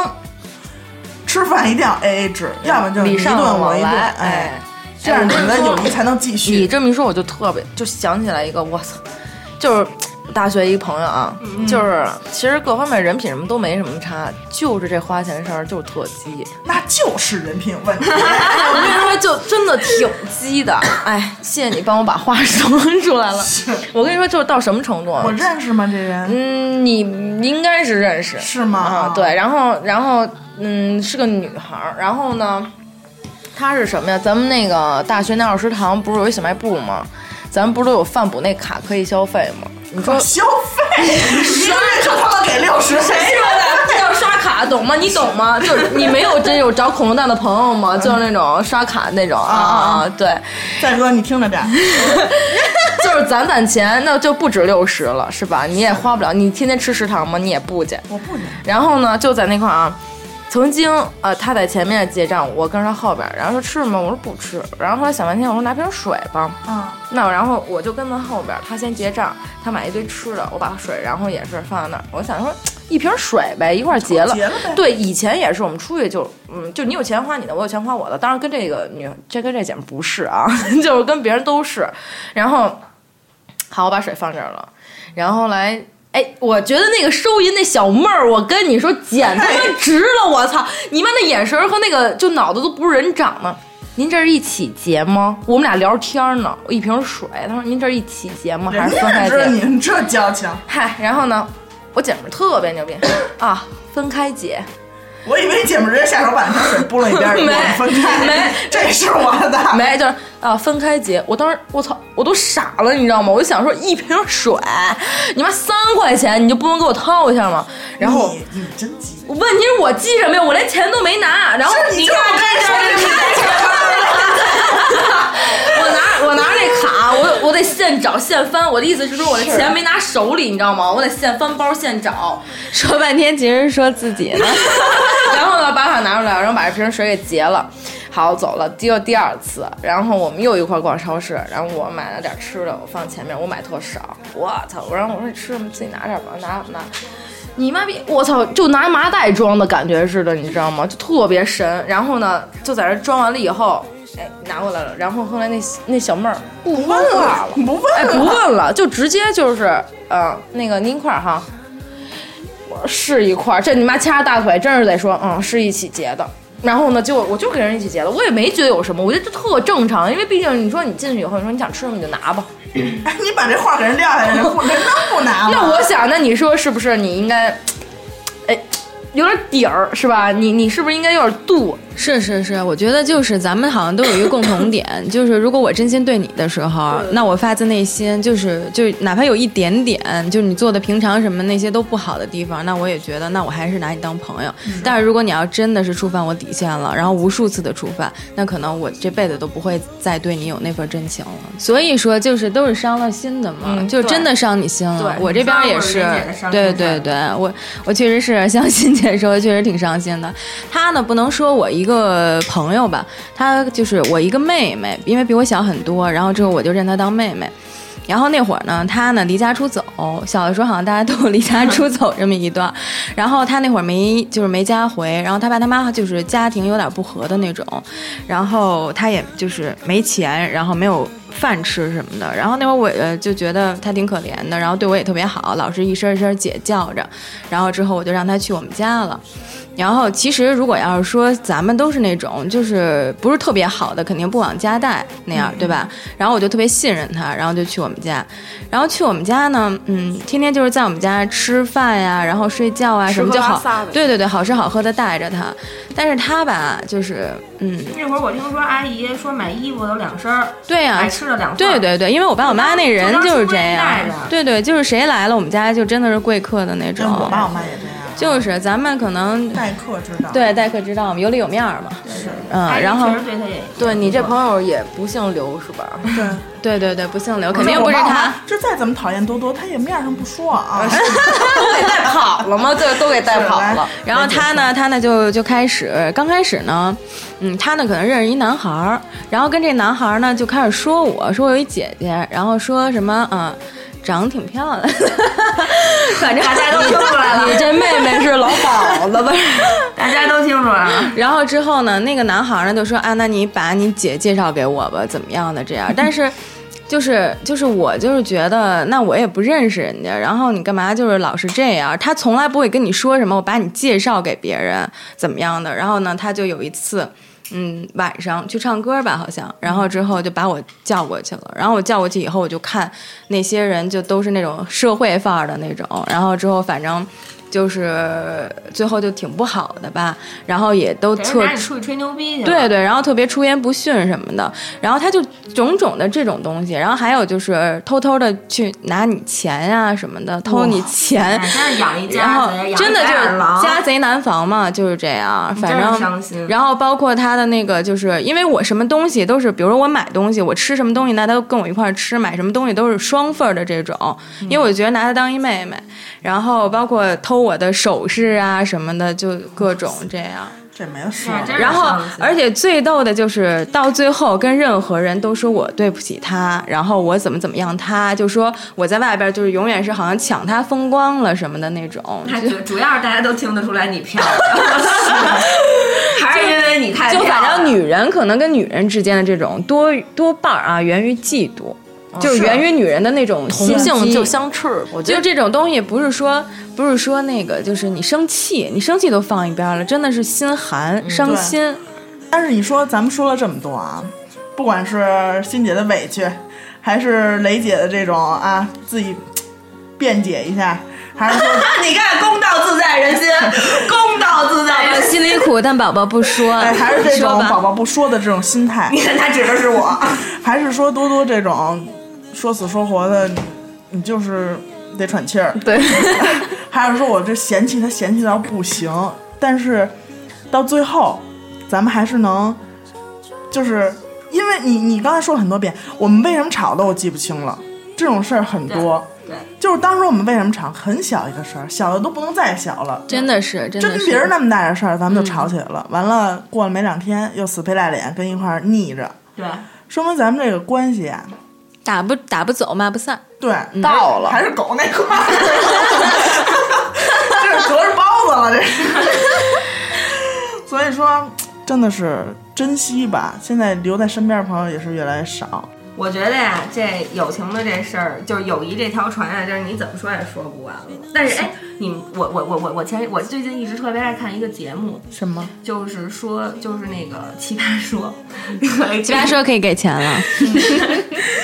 [SPEAKER 4] 吃饭一定要 A A 制，要么就你一
[SPEAKER 6] 礼尚
[SPEAKER 4] 顿我
[SPEAKER 6] 往
[SPEAKER 4] 一顿，
[SPEAKER 6] 来，
[SPEAKER 4] 哎，，这样你们的友谊才能继
[SPEAKER 6] 你
[SPEAKER 4] 续。
[SPEAKER 6] 这么一说，我就特别就想起来一个，我操，就是我大学一朋友啊，就是其实各方面人品什么都没什么差，就是这花钱事儿就是特鸡。
[SPEAKER 4] 那就是人品有问 题。
[SPEAKER 6] 我跟你说，就真的挺鸡的。哎，谢谢你帮我把话说出来了。我跟你说，就是到什么程度啊
[SPEAKER 4] 我？认识吗？这人
[SPEAKER 6] 嗯，你应该是认识，
[SPEAKER 4] 是吗？
[SPEAKER 6] 啊，对，，然后然后嗯，是个女孩儿，然后呢，她是什么呀？咱们那个大学那二食堂不是有一小卖部吗？咱们不是都有饭补那卡可以消费吗？你说
[SPEAKER 4] 消 费，一个月就他妈给六十，谁
[SPEAKER 6] 说的？要刷卡，懂吗？ 你懂吗？就是你没有这种找恐龙蛋的朋友吗？就是那种刷卡那嗯种啊啊啊！对，
[SPEAKER 4] 再哥，你听着点儿，
[SPEAKER 6] 就是攒攒钱，那就不止六十了，是吧？你也花不了，你天天吃食堂吗？你也不去。
[SPEAKER 4] 我不听。
[SPEAKER 6] 然后呢，就在那块儿啊，曾经呃他在前面结账，我跟着他后边儿，然后说吃什么，我说不吃，然后后来想半天，我说拿瓶水吧，
[SPEAKER 4] 啊，
[SPEAKER 6] 那然后我就跟在后边儿，他先结账，他买一堆吃的，我把水，然后也是放在那儿，我想说一瓶水呗，一块儿结 了，
[SPEAKER 4] 结了呗
[SPEAKER 6] 对，以前也是我们出去就嗯，就你有钱花你的，我有钱花我的，当然跟这个女这跟这姐们不是啊， 就是跟别人都是，然后。好，我把水放这儿了，然后来。哎，我觉得那个收银那小妹儿，我跟你说，简他妈值了！我操，你妈那眼神儿和那个就脑子都不是人长的。您这是一起结吗？我们俩聊天呢，我一瓶水。他说您这是一起结吗？还
[SPEAKER 4] 人
[SPEAKER 6] 是分
[SPEAKER 4] 家
[SPEAKER 6] 开
[SPEAKER 4] 知道
[SPEAKER 6] 结？
[SPEAKER 4] 你这交情，
[SPEAKER 6] 嗨，然后呢，我姐们儿特别牛逼啊，分开结。
[SPEAKER 4] 我以为姐们儿直接下手把那瓶水拨了一边儿， 给
[SPEAKER 6] 没
[SPEAKER 4] 我分开，
[SPEAKER 6] 没，
[SPEAKER 4] 这是我的，
[SPEAKER 6] 没，就是啊，分开结。我当时我操，我都傻了，你知道吗？我就想说，一瓶水，你妈三块钱，你就不能给我掏一下吗？然后
[SPEAKER 4] 你你真急，
[SPEAKER 6] 问题是我记什么呀？我连钱都没拿，然后
[SPEAKER 4] 你就
[SPEAKER 6] 看
[SPEAKER 4] 是该
[SPEAKER 6] 这
[SPEAKER 4] 说
[SPEAKER 6] 这
[SPEAKER 4] 这
[SPEAKER 6] 这
[SPEAKER 4] 没钱
[SPEAKER 6] 我拿我拿这卡，我我得现找现翻。我的意思是说，我的钱没拿手里，你知道吗？我得现翻包现找。
[SPEAKER 5] 说半天其实是说自己呢。
[SPEAKER 6] 然后呢，把卡拿出来，然后把这瓶水给结了。好，走了。第二第二次，然后我们又一块儿逛超市，然后我买了点吃的，我放前面，我买特少。我操！我让我说你吃什么自己拿点吧，拿拿。你妈逼！我操，就拿麻袋装的感觉似的，你知道吗？就特别神。然后呢，就在这装完了以后，哎，拿过来了。然后后来那那小妹儿不
[SPEAKER 4] 不
[SPEAKER 6] 说
[SPEAKER 4] 问
[SPEAKER 6] 话
[SPEAKER 4] 了，
[SPEAKER 6] 了，
[SPEAKER 4] 你不问
[SPEAKER 6] 哎，
[SPEAKER 4] 了，
[SPEAKER 6] 不问了，就直接就是，呃，那个您一块儿哈，我说是一块儿，这你妈掐着大腿，真是得说，嗯，是一起结的。然后呢，就我就给人一起结了，我也没觉得有什么，我觉得这特正常，因为毕竟你说你进去以后，你说你想吃什么你就拿吧。
[SPEAKER 4] 哎，你把这话给人撂下来，人不人能不
[SPEAKER 5] 啊
[SPEAKER 4] 拿吗？
[SPEAKER 6] 那我想，那你说是不是你应该，哎，有点底儿是吧？你你是不是应该有点度？
[SPEAKER 5] 是是是，我觉得就是咱们好像都有一个共同 点，就是如果我真心对你的时候，啊那我发自内心，就是就是哪怕有一点点，就是你做的平常什么那些都不好的地方，那我也觉得那我还是拿你当朋友。
[SPEAKER 6] 嗯
[SPEAKER 5] 但是如果你要真的是触犯我底线了，然后无数次的触犯，那可能我这辈子都不会再对你有那份真情了。所以说，就是都是伤了心的嘛，
[SPEAKER 6] 嗯
[SPEAKER 5] 就真的伤你心了。
[SPEAKER 6] 对
[SPEAKER 5] 嗯我这边
[SPEAKER 2] 伤
[SPEAKER 5] 也
[SPEAKER 2] 了
[SPEAKER 5] 是
[SPEAKER 2] 人也是，伤
[SPEAKER 5] 对
[SPEAKER 2] 心事儿
[SPEAKER 5] 对对，我我确实是像欣姐说的，确实挺伤心的。她呢，不能说我一个朋友吧，她就是我一个妹妹，因为比我小很多，然后之后我就认她当妹妹。然后那会儿呢，她呢离家出走，小的时候好像大家都 有离家出走这么一段儿。然后她那会儿没就是没家回，然后她爸她妈就是家庭有点不和的那种，然后她也就是没钱，然后没有饭吃什么的。然后那会儿我呃就觉得她挺可怜的，然后对我也特别好，老是一声一声姐叫着。然后之后我就让她去我们家了。然后其实如果要是说咱们都是那种就是不是特别好的，肯定不往家带那样，
[SPEAKER 8] 嗯
[SPEAKER 5] 对吧？然后我就特别信任他，然后就去我们家，然后去我们家呢，嗯，天天就是在我们家吃饭呀，然后睡觉啊什么就
[SPEAKER 8] 吃喝拉撒
[SPEAKER 5] 好，
[SPEAKER 8] 呗
[SPEAKER 5] 对对对，好吃好喝的带着他。但是他吧，就是嗯，
[SPEAKER 2] 那会儿我听说阿姨说买衣服有两身儿，
[SPEAKER 5] 对呀、
[SPEAKER 8] 哎
[SPEAKER 2] 买吃的两份儿
[SPEAKER 5] 对对对，因为我爸我妈那人就是这样
[SPEAKER 2] 我妈就是，
[SPEAKER 5] 对对，就是谁来了我们家就真的是贵客的那种
[SPEAKER 4] 像。我爸我妈也这样，
[SPEAKER 5] 就是咱们可能
[SPEAKER 4] 待客之道。，
[SPEAKER 5] 对待客之道嘛，有里有面儿嘛。
[SPEAKER 4] 是，
[SPEAKER 5] 嗯，
[SPEAKER 2] 阿姨
[SPEAKER 5] 然后
[SPEAKER 2] 确实对她也
[SPEAKER 6] 对你这朋友也不姓刘是吧？
[SPEAKER 4] 对，
[SPEAKER 5] 对对对，不姓刘，肯定不是
[SPEAKER 4] 我爸我
[SPEAKER 5] 他
[SPEAKER 4] 妈。这再怎么讨厌多多，他也面上不说 啊。
[SPEAKER 6] 都给带跑了吗？对，都给带跑
[SPEAKER 4] 是
[SPEAKER 6] 了
[SPEAKER 4] 吧。
[SPEAKER 5] 然后他 呢，他呢就就开始，刚开始呢，嗯，他呢可能认识一男孩儿，然后跟这男孩儿呢就开始说我，说我有一姐姐，然后说什么嗯，长得挺漂亮的，反正大家都
[SPEAKER 2] 听出来了，
[SPEAKER 6] 你这妹妹是老鸨子吧？
[SPEAKER 2] 大家都啊听出来了。
[SPEAKER 5] 然后之后呢，那个男孩呢就说啊，那你把你姐介绍给我吧，怎么样的这样？但是。就是就是我就是觉得，那我也不认识人家，然后你干嘛就是老是这样？他从来不会跟你说什么，我把你介绍给别人怎么样的。然后呢，他就有一次，嗯，晚上去唱歌吧，好像，然后之后就把我叫过去了。然后我叫过去以后，我就看那些人就都是那种社会范 儿的那种，然后之后反正。就是最后就挺不好的吧，然后也都
[SPEAKER 2] 等于
[SPEAKER 5] 特
[SPEAKER 2] 拿你出去吹牛逼去了，
[SPEAKER 5] 对对，然后特别出言不逊什么的，然后他就种种的这种东西，然后还有就是偷偷的去拿你钱呀、什么的，偷你钱
[SPEAKER 2] 哎，真是养一
[SPEAKER 5] 然
[SPEAKER 2] 家
[SPEAKER 5] 后
[SPEAKER 2] 子，养一
[SPEAKER 5] 真的就
[SPEAKER 2] 家
[SPEAKER 5] 是
[SPEAKER 2] 子狼
[SPEAKER 5] 家贼难防嘛，就是这样，
[SPEAKER 2] 真
[SPEAKER 5] 反
[SPEAKER 2] 是
[SPEAKER 5] 正
[SPEAKER 2] 伤心。
[SPEAKER 5] 然后包括他的那个，就是因为我什么东西都是，比如说我买东西，我吃什么东西，那他都跟我一块儿吃；买什么东西都是双份儿的这种，因为我觉得拿她当一妹妹。然后包括偷我的首饰啊什么的，就各种这样。
[SPEAKER 4] 这没得说
[SPEAKER 2] 哎。真是
[SPEAKER 5] 然后
[SPEAKER 2] 伤心，
[SPEAKER 5] 而且最逗的就是到最后跟任何人都说我对不起他，然后我怎么怎么样他，就说我在外边就是永远是好像抢他风光了什么的那种。
[SPEAKER 2] 那主主要是大家都听得出来你漂亮， 还是因为你太
[SPEAKER 5] 就
[SPEAKER 2] 漂亮
[SPEAKER 5] 反正女人可能跟女人之间的这种多多半儿啊，源于嫉妒，就是源于女人的那种心
[SPEAKER 6] 同
[SPEAKER 5] 机
[SPEAKER 6] 性就相斥，我觉
[SPEAKER 5] 就
[SPEAKER 6] 得
[SPEAKER 5] 这种东西，不是说不是说那个，就是你生气，你生气都放一边了，真的是心寒、伤心。
[SPEAKER 4] 但是你说咱们说了这么多啊，不管是欣姐的委屈，还是雷姐的这种啊自己辩解一下，还是说
[SPEAKER 2] 你看，公道自在人心，公道自在人心。
[SPEAKER 5] 哎心里苦，但宝宝不说，
[SPEAKER 4] 哎还是这
[SPEAKER 5] 说
[SPEAKER 4] 种
[SPEAKER 5] 吧
[SPEAKER 4] 宝宝不说的这种心态
[SPEAKER 2] 你，看他指的是我，
[SPEAKER 4] 还是说多多这种说死说活的，你你就是得喘气儿。
[SPEAKER 6] 对，
[SPEAKER 4] 还是说我这嫌弃他嫌弃到不行，但是到最后，咱们还是能，就是因为你你刚才说了很多遍，我们为什么吵的我记不清了，这种事儿很多。
[SPEAKER 2] 对对
[SPEAKER 4] 就是当时我们为什么吵，很小一个事儿，小的都不能再小了。
[SPEAKER 5] 真的是，真
[SPEAKER 4] 就
[SPEAKER 5] 的
[SPEAKER 4] 跟
[SPEAKER 5] 是
[SPEAKER 4] 别人那么大点事儿，咱们就吵起来了。完了，过了没两天，又死皮赖脸跟一块儿腻着，
[SPEAKER 2] 对，
[SPEAKER 4] 说明咱们这个关系啊，
[SPEAKER 5] 打不打不走，骂不散。
[SPEAKER 4] 对，
[SPEAKER 6] 到了
[SPEAKER 4] 还是狗那块儿， 这是隔着包子了，这是。所以说，真的是珍惜吧。现在留在身边的朋友也是越来越少。
[SPEAKER 2] 我觉得呀，这友情的这事儿，就是友谊这条船啊，就是你怎么说也说不完了。但是哎，你们我我我我我前我最近一直特别爱看一个节目，
[SPEAKER 4] 什么？
[SPEAKER 2] 就是说就是那个奇葩说，
[SPEAKER 5] 奇葩说可以给钱了，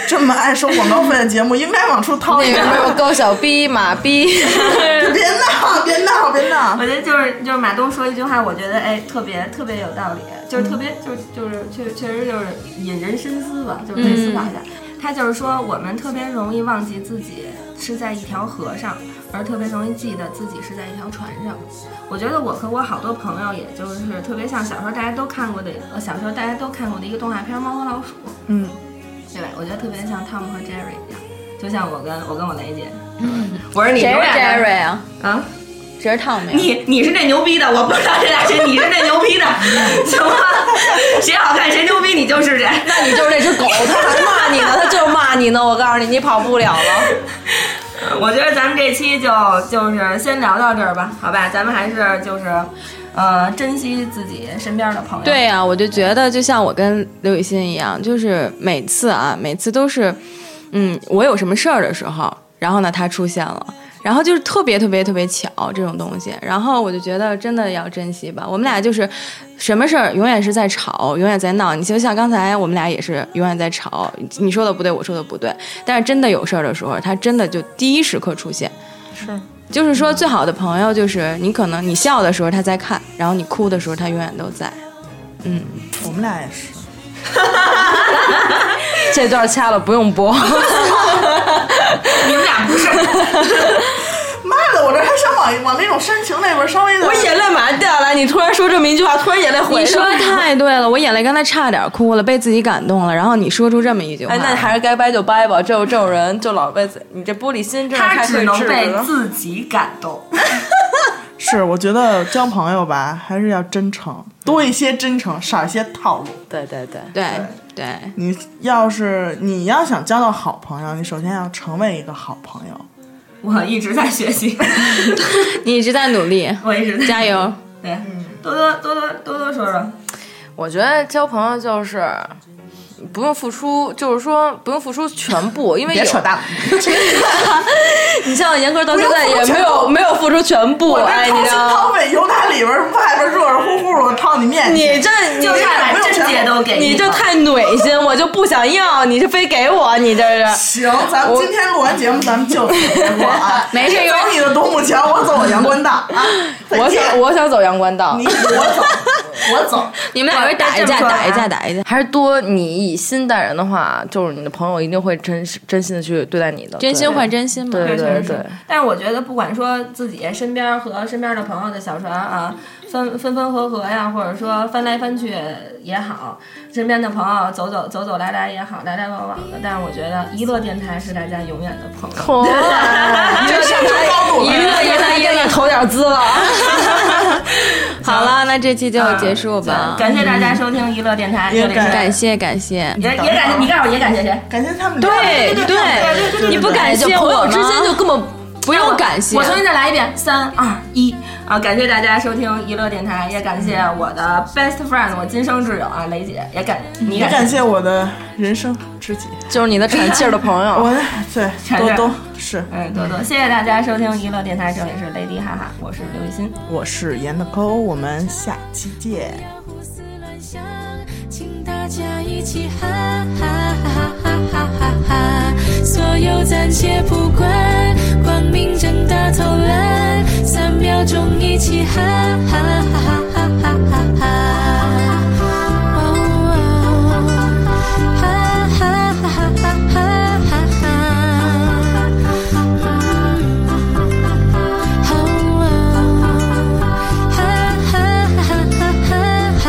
[SPEAKER 4] 这么爱收广告费的节目，应该往出掏一
[SPEAKER 6] 那个
[SPEAKER 4] 点。
[SPEAKER 6] 什么高小逼、马逼，
[SPEAKER 4] 别闹，别闹，别闹！
[SPEAKER 2] 我觉得就是就是马东说一句话，我觉得哎特别特别有道理，就是特
[SPEAKER 5] 嗯
[SPEAKER 2] 别就是就是确确实就是引人深思吧，就是可以思考一下。
[SPEAKER 5] 嗯
[SPEAKER 2] 他就是说我们特别容易忘记自己是在一条河上，而特别容易记得自己是在一条船上。我觉得我和我好多朋友，也就是特别像小时候大家都看过的，呃小时候大家都看过的一个动画片《猫和老鼠》，
[SPEAKER 4] 嗯，
[SPEAKER 2] 对吧？我觉得特别像汤姆和 Jerry 一样，就像我跟我跟我雷姐，我是你
[SPEAKER 5] 嗯谁是
[SPEAKER 2] 永远的
[SPEAKER 5] Jerry 啊？
[SPEAKER 2] 啊。
[SPEAKER 5] 谁是 Tom 呀？
[SPEAKER 2] 你你是那牛逼的，我不知道这俩谁，你是那牛 逼的，行吗？谁好看谁牛逼，你就是谁。
[SPEAKER 6] 那你就是那只狗，他还骂你呢，他就骂你呢。我告诉你，你跑不了了。
[SPEAKER 2] 我觉得咱们这期就就是先聊到这儿吧，好吧？咱们还是就是，呃，珍惜自己身边的朋友。
[SPEAKER 5] 对，呀、我就觉得就像我跟刘雨欣一样，就是每次啊，每次都是，嗯，我有什么事儿的时候，然后呢，他出现了。然后就是特别特别特别巧这种东西，然后我就觉得真的要珍惜吧。我们俩就是什么事儿永远是在吵，永远在闹。你就像刚才我们俩也是永远在吵，你说的不对，我说的不对。但是真的有事儿的时候，他真的就第一时刻出现。
[SPEAKER 4] 是，
[SPEAKER 5] 就是说，最好的朋友就是你，可能你笑的时候他在看，然后你哭的时候他永远都在。嗯，
[SPEAKER 4] 我们俩也是。
[SPEAKER 6] 这段掐了，不用 播。
[SPEAKER 2] 你们俩不是，
[SPEAKER 4] 妈的，我这还想往往那种煽情那边稍微的。
[SPEAKER 6] 我眼泪马上掉下来，你突然说这么一句话，突然眼泪回来
[SPEAKER 5] 你
[SPEAKER 6] 了。
[SPEAKER 5] 说的太对了，我眼泪刚才差点哭了，被自己感动了。然后你说出这么一句话，
[SPEAKER 6] 哎，那你还是该掰就掰吧。这种这种人就老被自你这玻璃心，真的
[SPEAKER 2] 他
[SPEAKER 6] 太
[SPEAKER 2] 只
[SPEAKER 6] 费
[SPEAKER 2] 能
[SPEAKER 6] 治
[SPEAKER 2] 被
[SPEAKER 6] 了。
[SPEAKER 2] 自己感 动。
[SPEAKER 4] 是，我觉得交朋友吧，还是要真诚，多一些真诚，少一些套路。
[SPEAKER 6] 对对对，
[SPEAKER 5] 对对，
[SPEAKER 4] 你要是你要想交到好朋友，你首先要成为一个好朋友。
[SPEAKER 2] 我一直在学 习，
[SPEAKER 5] 你一直在努力，
[SPEAKER 2] 我一直在
[SPEAKER 5] 加油。。
[SPEAKER 2] 对，多多多多多多说说，
[SPEAKER 6] 我觉得交朋友就是不用付出，就是说不用付出全部，因为有
[SPEAKER 4] 淡了，
[SPEAKER 6] 你像严哥到现在
[SPEAKER 4] 不用
[SPEAKER 6] 也
[SPEAKER 4] 付出
[SPEAKER 6] 没
[SPEAKER 4] 全
[SPEAKER 6] 有
[SPEAKER 4] 部
[SPEAKER 6] 没有付出全部，
[SPEAKER 4] 我啊这
[SPEAKER 6] 哎，
[SPEAKER 4] 掏
[SPEAKER 6] 你知
[SPEAKER 4] 心
[SPEAKER 6] 道吗
[SPEAKER 4] 掏肺，油打里边儿，外边热热乎乎，我掏你面去。
[SPEAKER 6] 你这你
[SPEAKER 2] 就
[SPEAKER 6] 这
[SPEAKER 2] 差把
[SPEAKER 4] 不用
[SPEAKER 2] 贞姐都给
[SPEAKER 6] 你
[SPEAKER 2] 了
[SPEAKER 6] 这太耨心，我就不想要，你这非给我，你这 是。
[SPEAKER 4] 行，咱们今天录完节目，咱们就此结束啊
[SPEAKER 5] 没事
[SPEAKER 4] 你走你的独木桥，我走阳关道啊。再
[SPEAKER 6] 我
[SPEAKER 4] 见
[SPEAKER 6] 想我想走阳关道
[SPEAKER 4] 你，我走，我走。
[SPEAKER 5] 你们俩人打一架，打一架，打一架，
[SPEAKER 6] 还是多你以心待人的话，就是你的朋友一定会真真心的去对待你的，
[SPEAKER 5] 真心换真心嘛。
[SPEAKER 6] 对对
[SPEAKER 2] 确
[SPEAKER 6] 对
[SPEAKER 2] 实
[SPEAKER 6] 对
[SPEAKER 2] 是。但是我觉得，不管说自己身边和身边的朋友的小船啊，分分分合合呀，或者说翻来翻去也好，身边的朋友走走走走来来也好，来来往往的。但是我觉得，娱乐电台是大家永远的朋友。
[SPEAKER 5] 哦
[SPEAKER 6] 哇，一个电台，一个电台给你投点资了。
[SPEAKER 5] 好了，那这期就 结束吧。
[SPEAKER 2] 感谢大家收听娱乐电台，
[SPEAKER 4] 也
[SPEAKER 2] 这里是
[SPEAKER 4] 感
[SPEAKER 5] 感谢感谢，
[SPEAKER 2] 也也感谢你，告诉我也感谢谁？
[SPEAKER 4] 感谢他们俩。
[SPEAKER 5] 对
[SPEAKER 4] 对
[SPEAKER 5] 对，你不感谢
[SPEAKER 6] 朋
[SPEAKER 5] 我
[SPEAKER 6] 友之间
[SPEAKER 5] 吗
[SPEAKER 6] 就根本
[SPEAKER 5] 不用感谢
[SPEAKER 2] 我。重新再来一遍，三二一啊！感谢大家收听娱乐电台，也感谢
[SPEAKER 4] 嗯
[SPEAKER 2] 我的 best friend，我今生挚友啊，雷姐，也感你
[SPEAKER 4] 也
[SPEAKER 2] 感
[SPEAKER 4] 感谢我的人生知己，
[SPEAKER 6] 就是你的喘气儿的朋友。
[SPEAKER 4] 我的对
[SPEAKER 2] 全是
[SPEAKER 4] 都都是，
[SPEAKER 2] 嗯，多多，谢谢大家收听娱乐电台，这里是雷迪哈哈，我是刘雨欣。
[SPEAKER 4] 我是严的抠，我们下期见。
[SPEAKER 8] 胡思乱想，请大家一起哈哈哈哈哈哈哈！所有暂且不管，光明正大偷懒，三秒钟一起哈哈哈哈哈哈哈！哦，哈哈哈哈哈哈哈！好啊，哈哈哈哈哈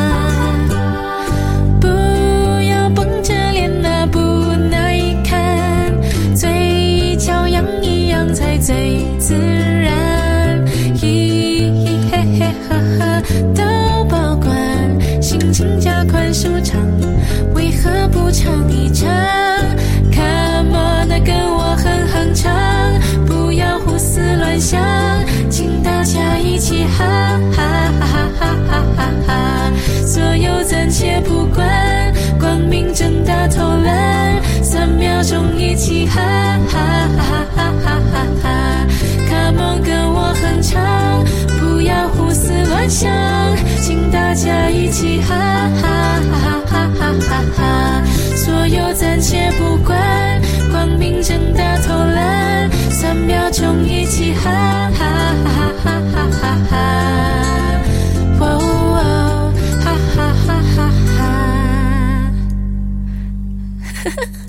[SPEAKER 8] 哈！不要绷着脸那不耐看，嘴角扬一扬才最自然。嘿嘿嘿呵呵都保管，心情加快舒畅，为何不唱一唱？Come on，那跟我哼哼唱，不要胡思乱想，请大家一起哈哈哈哈哈哈哈！所有暂且不管，光明正大偷懒，三秒钟一起哈哈哈哈哈哈哈！Come on，跟我哼唱，不要胡思乱想，请大家一起哈哈哈哈哈哈哈！所有暂且不管，光明正大偷懒，三秒钟一起哈哈哈哈哈哈哈！哇哦，哈哈哈哈哈！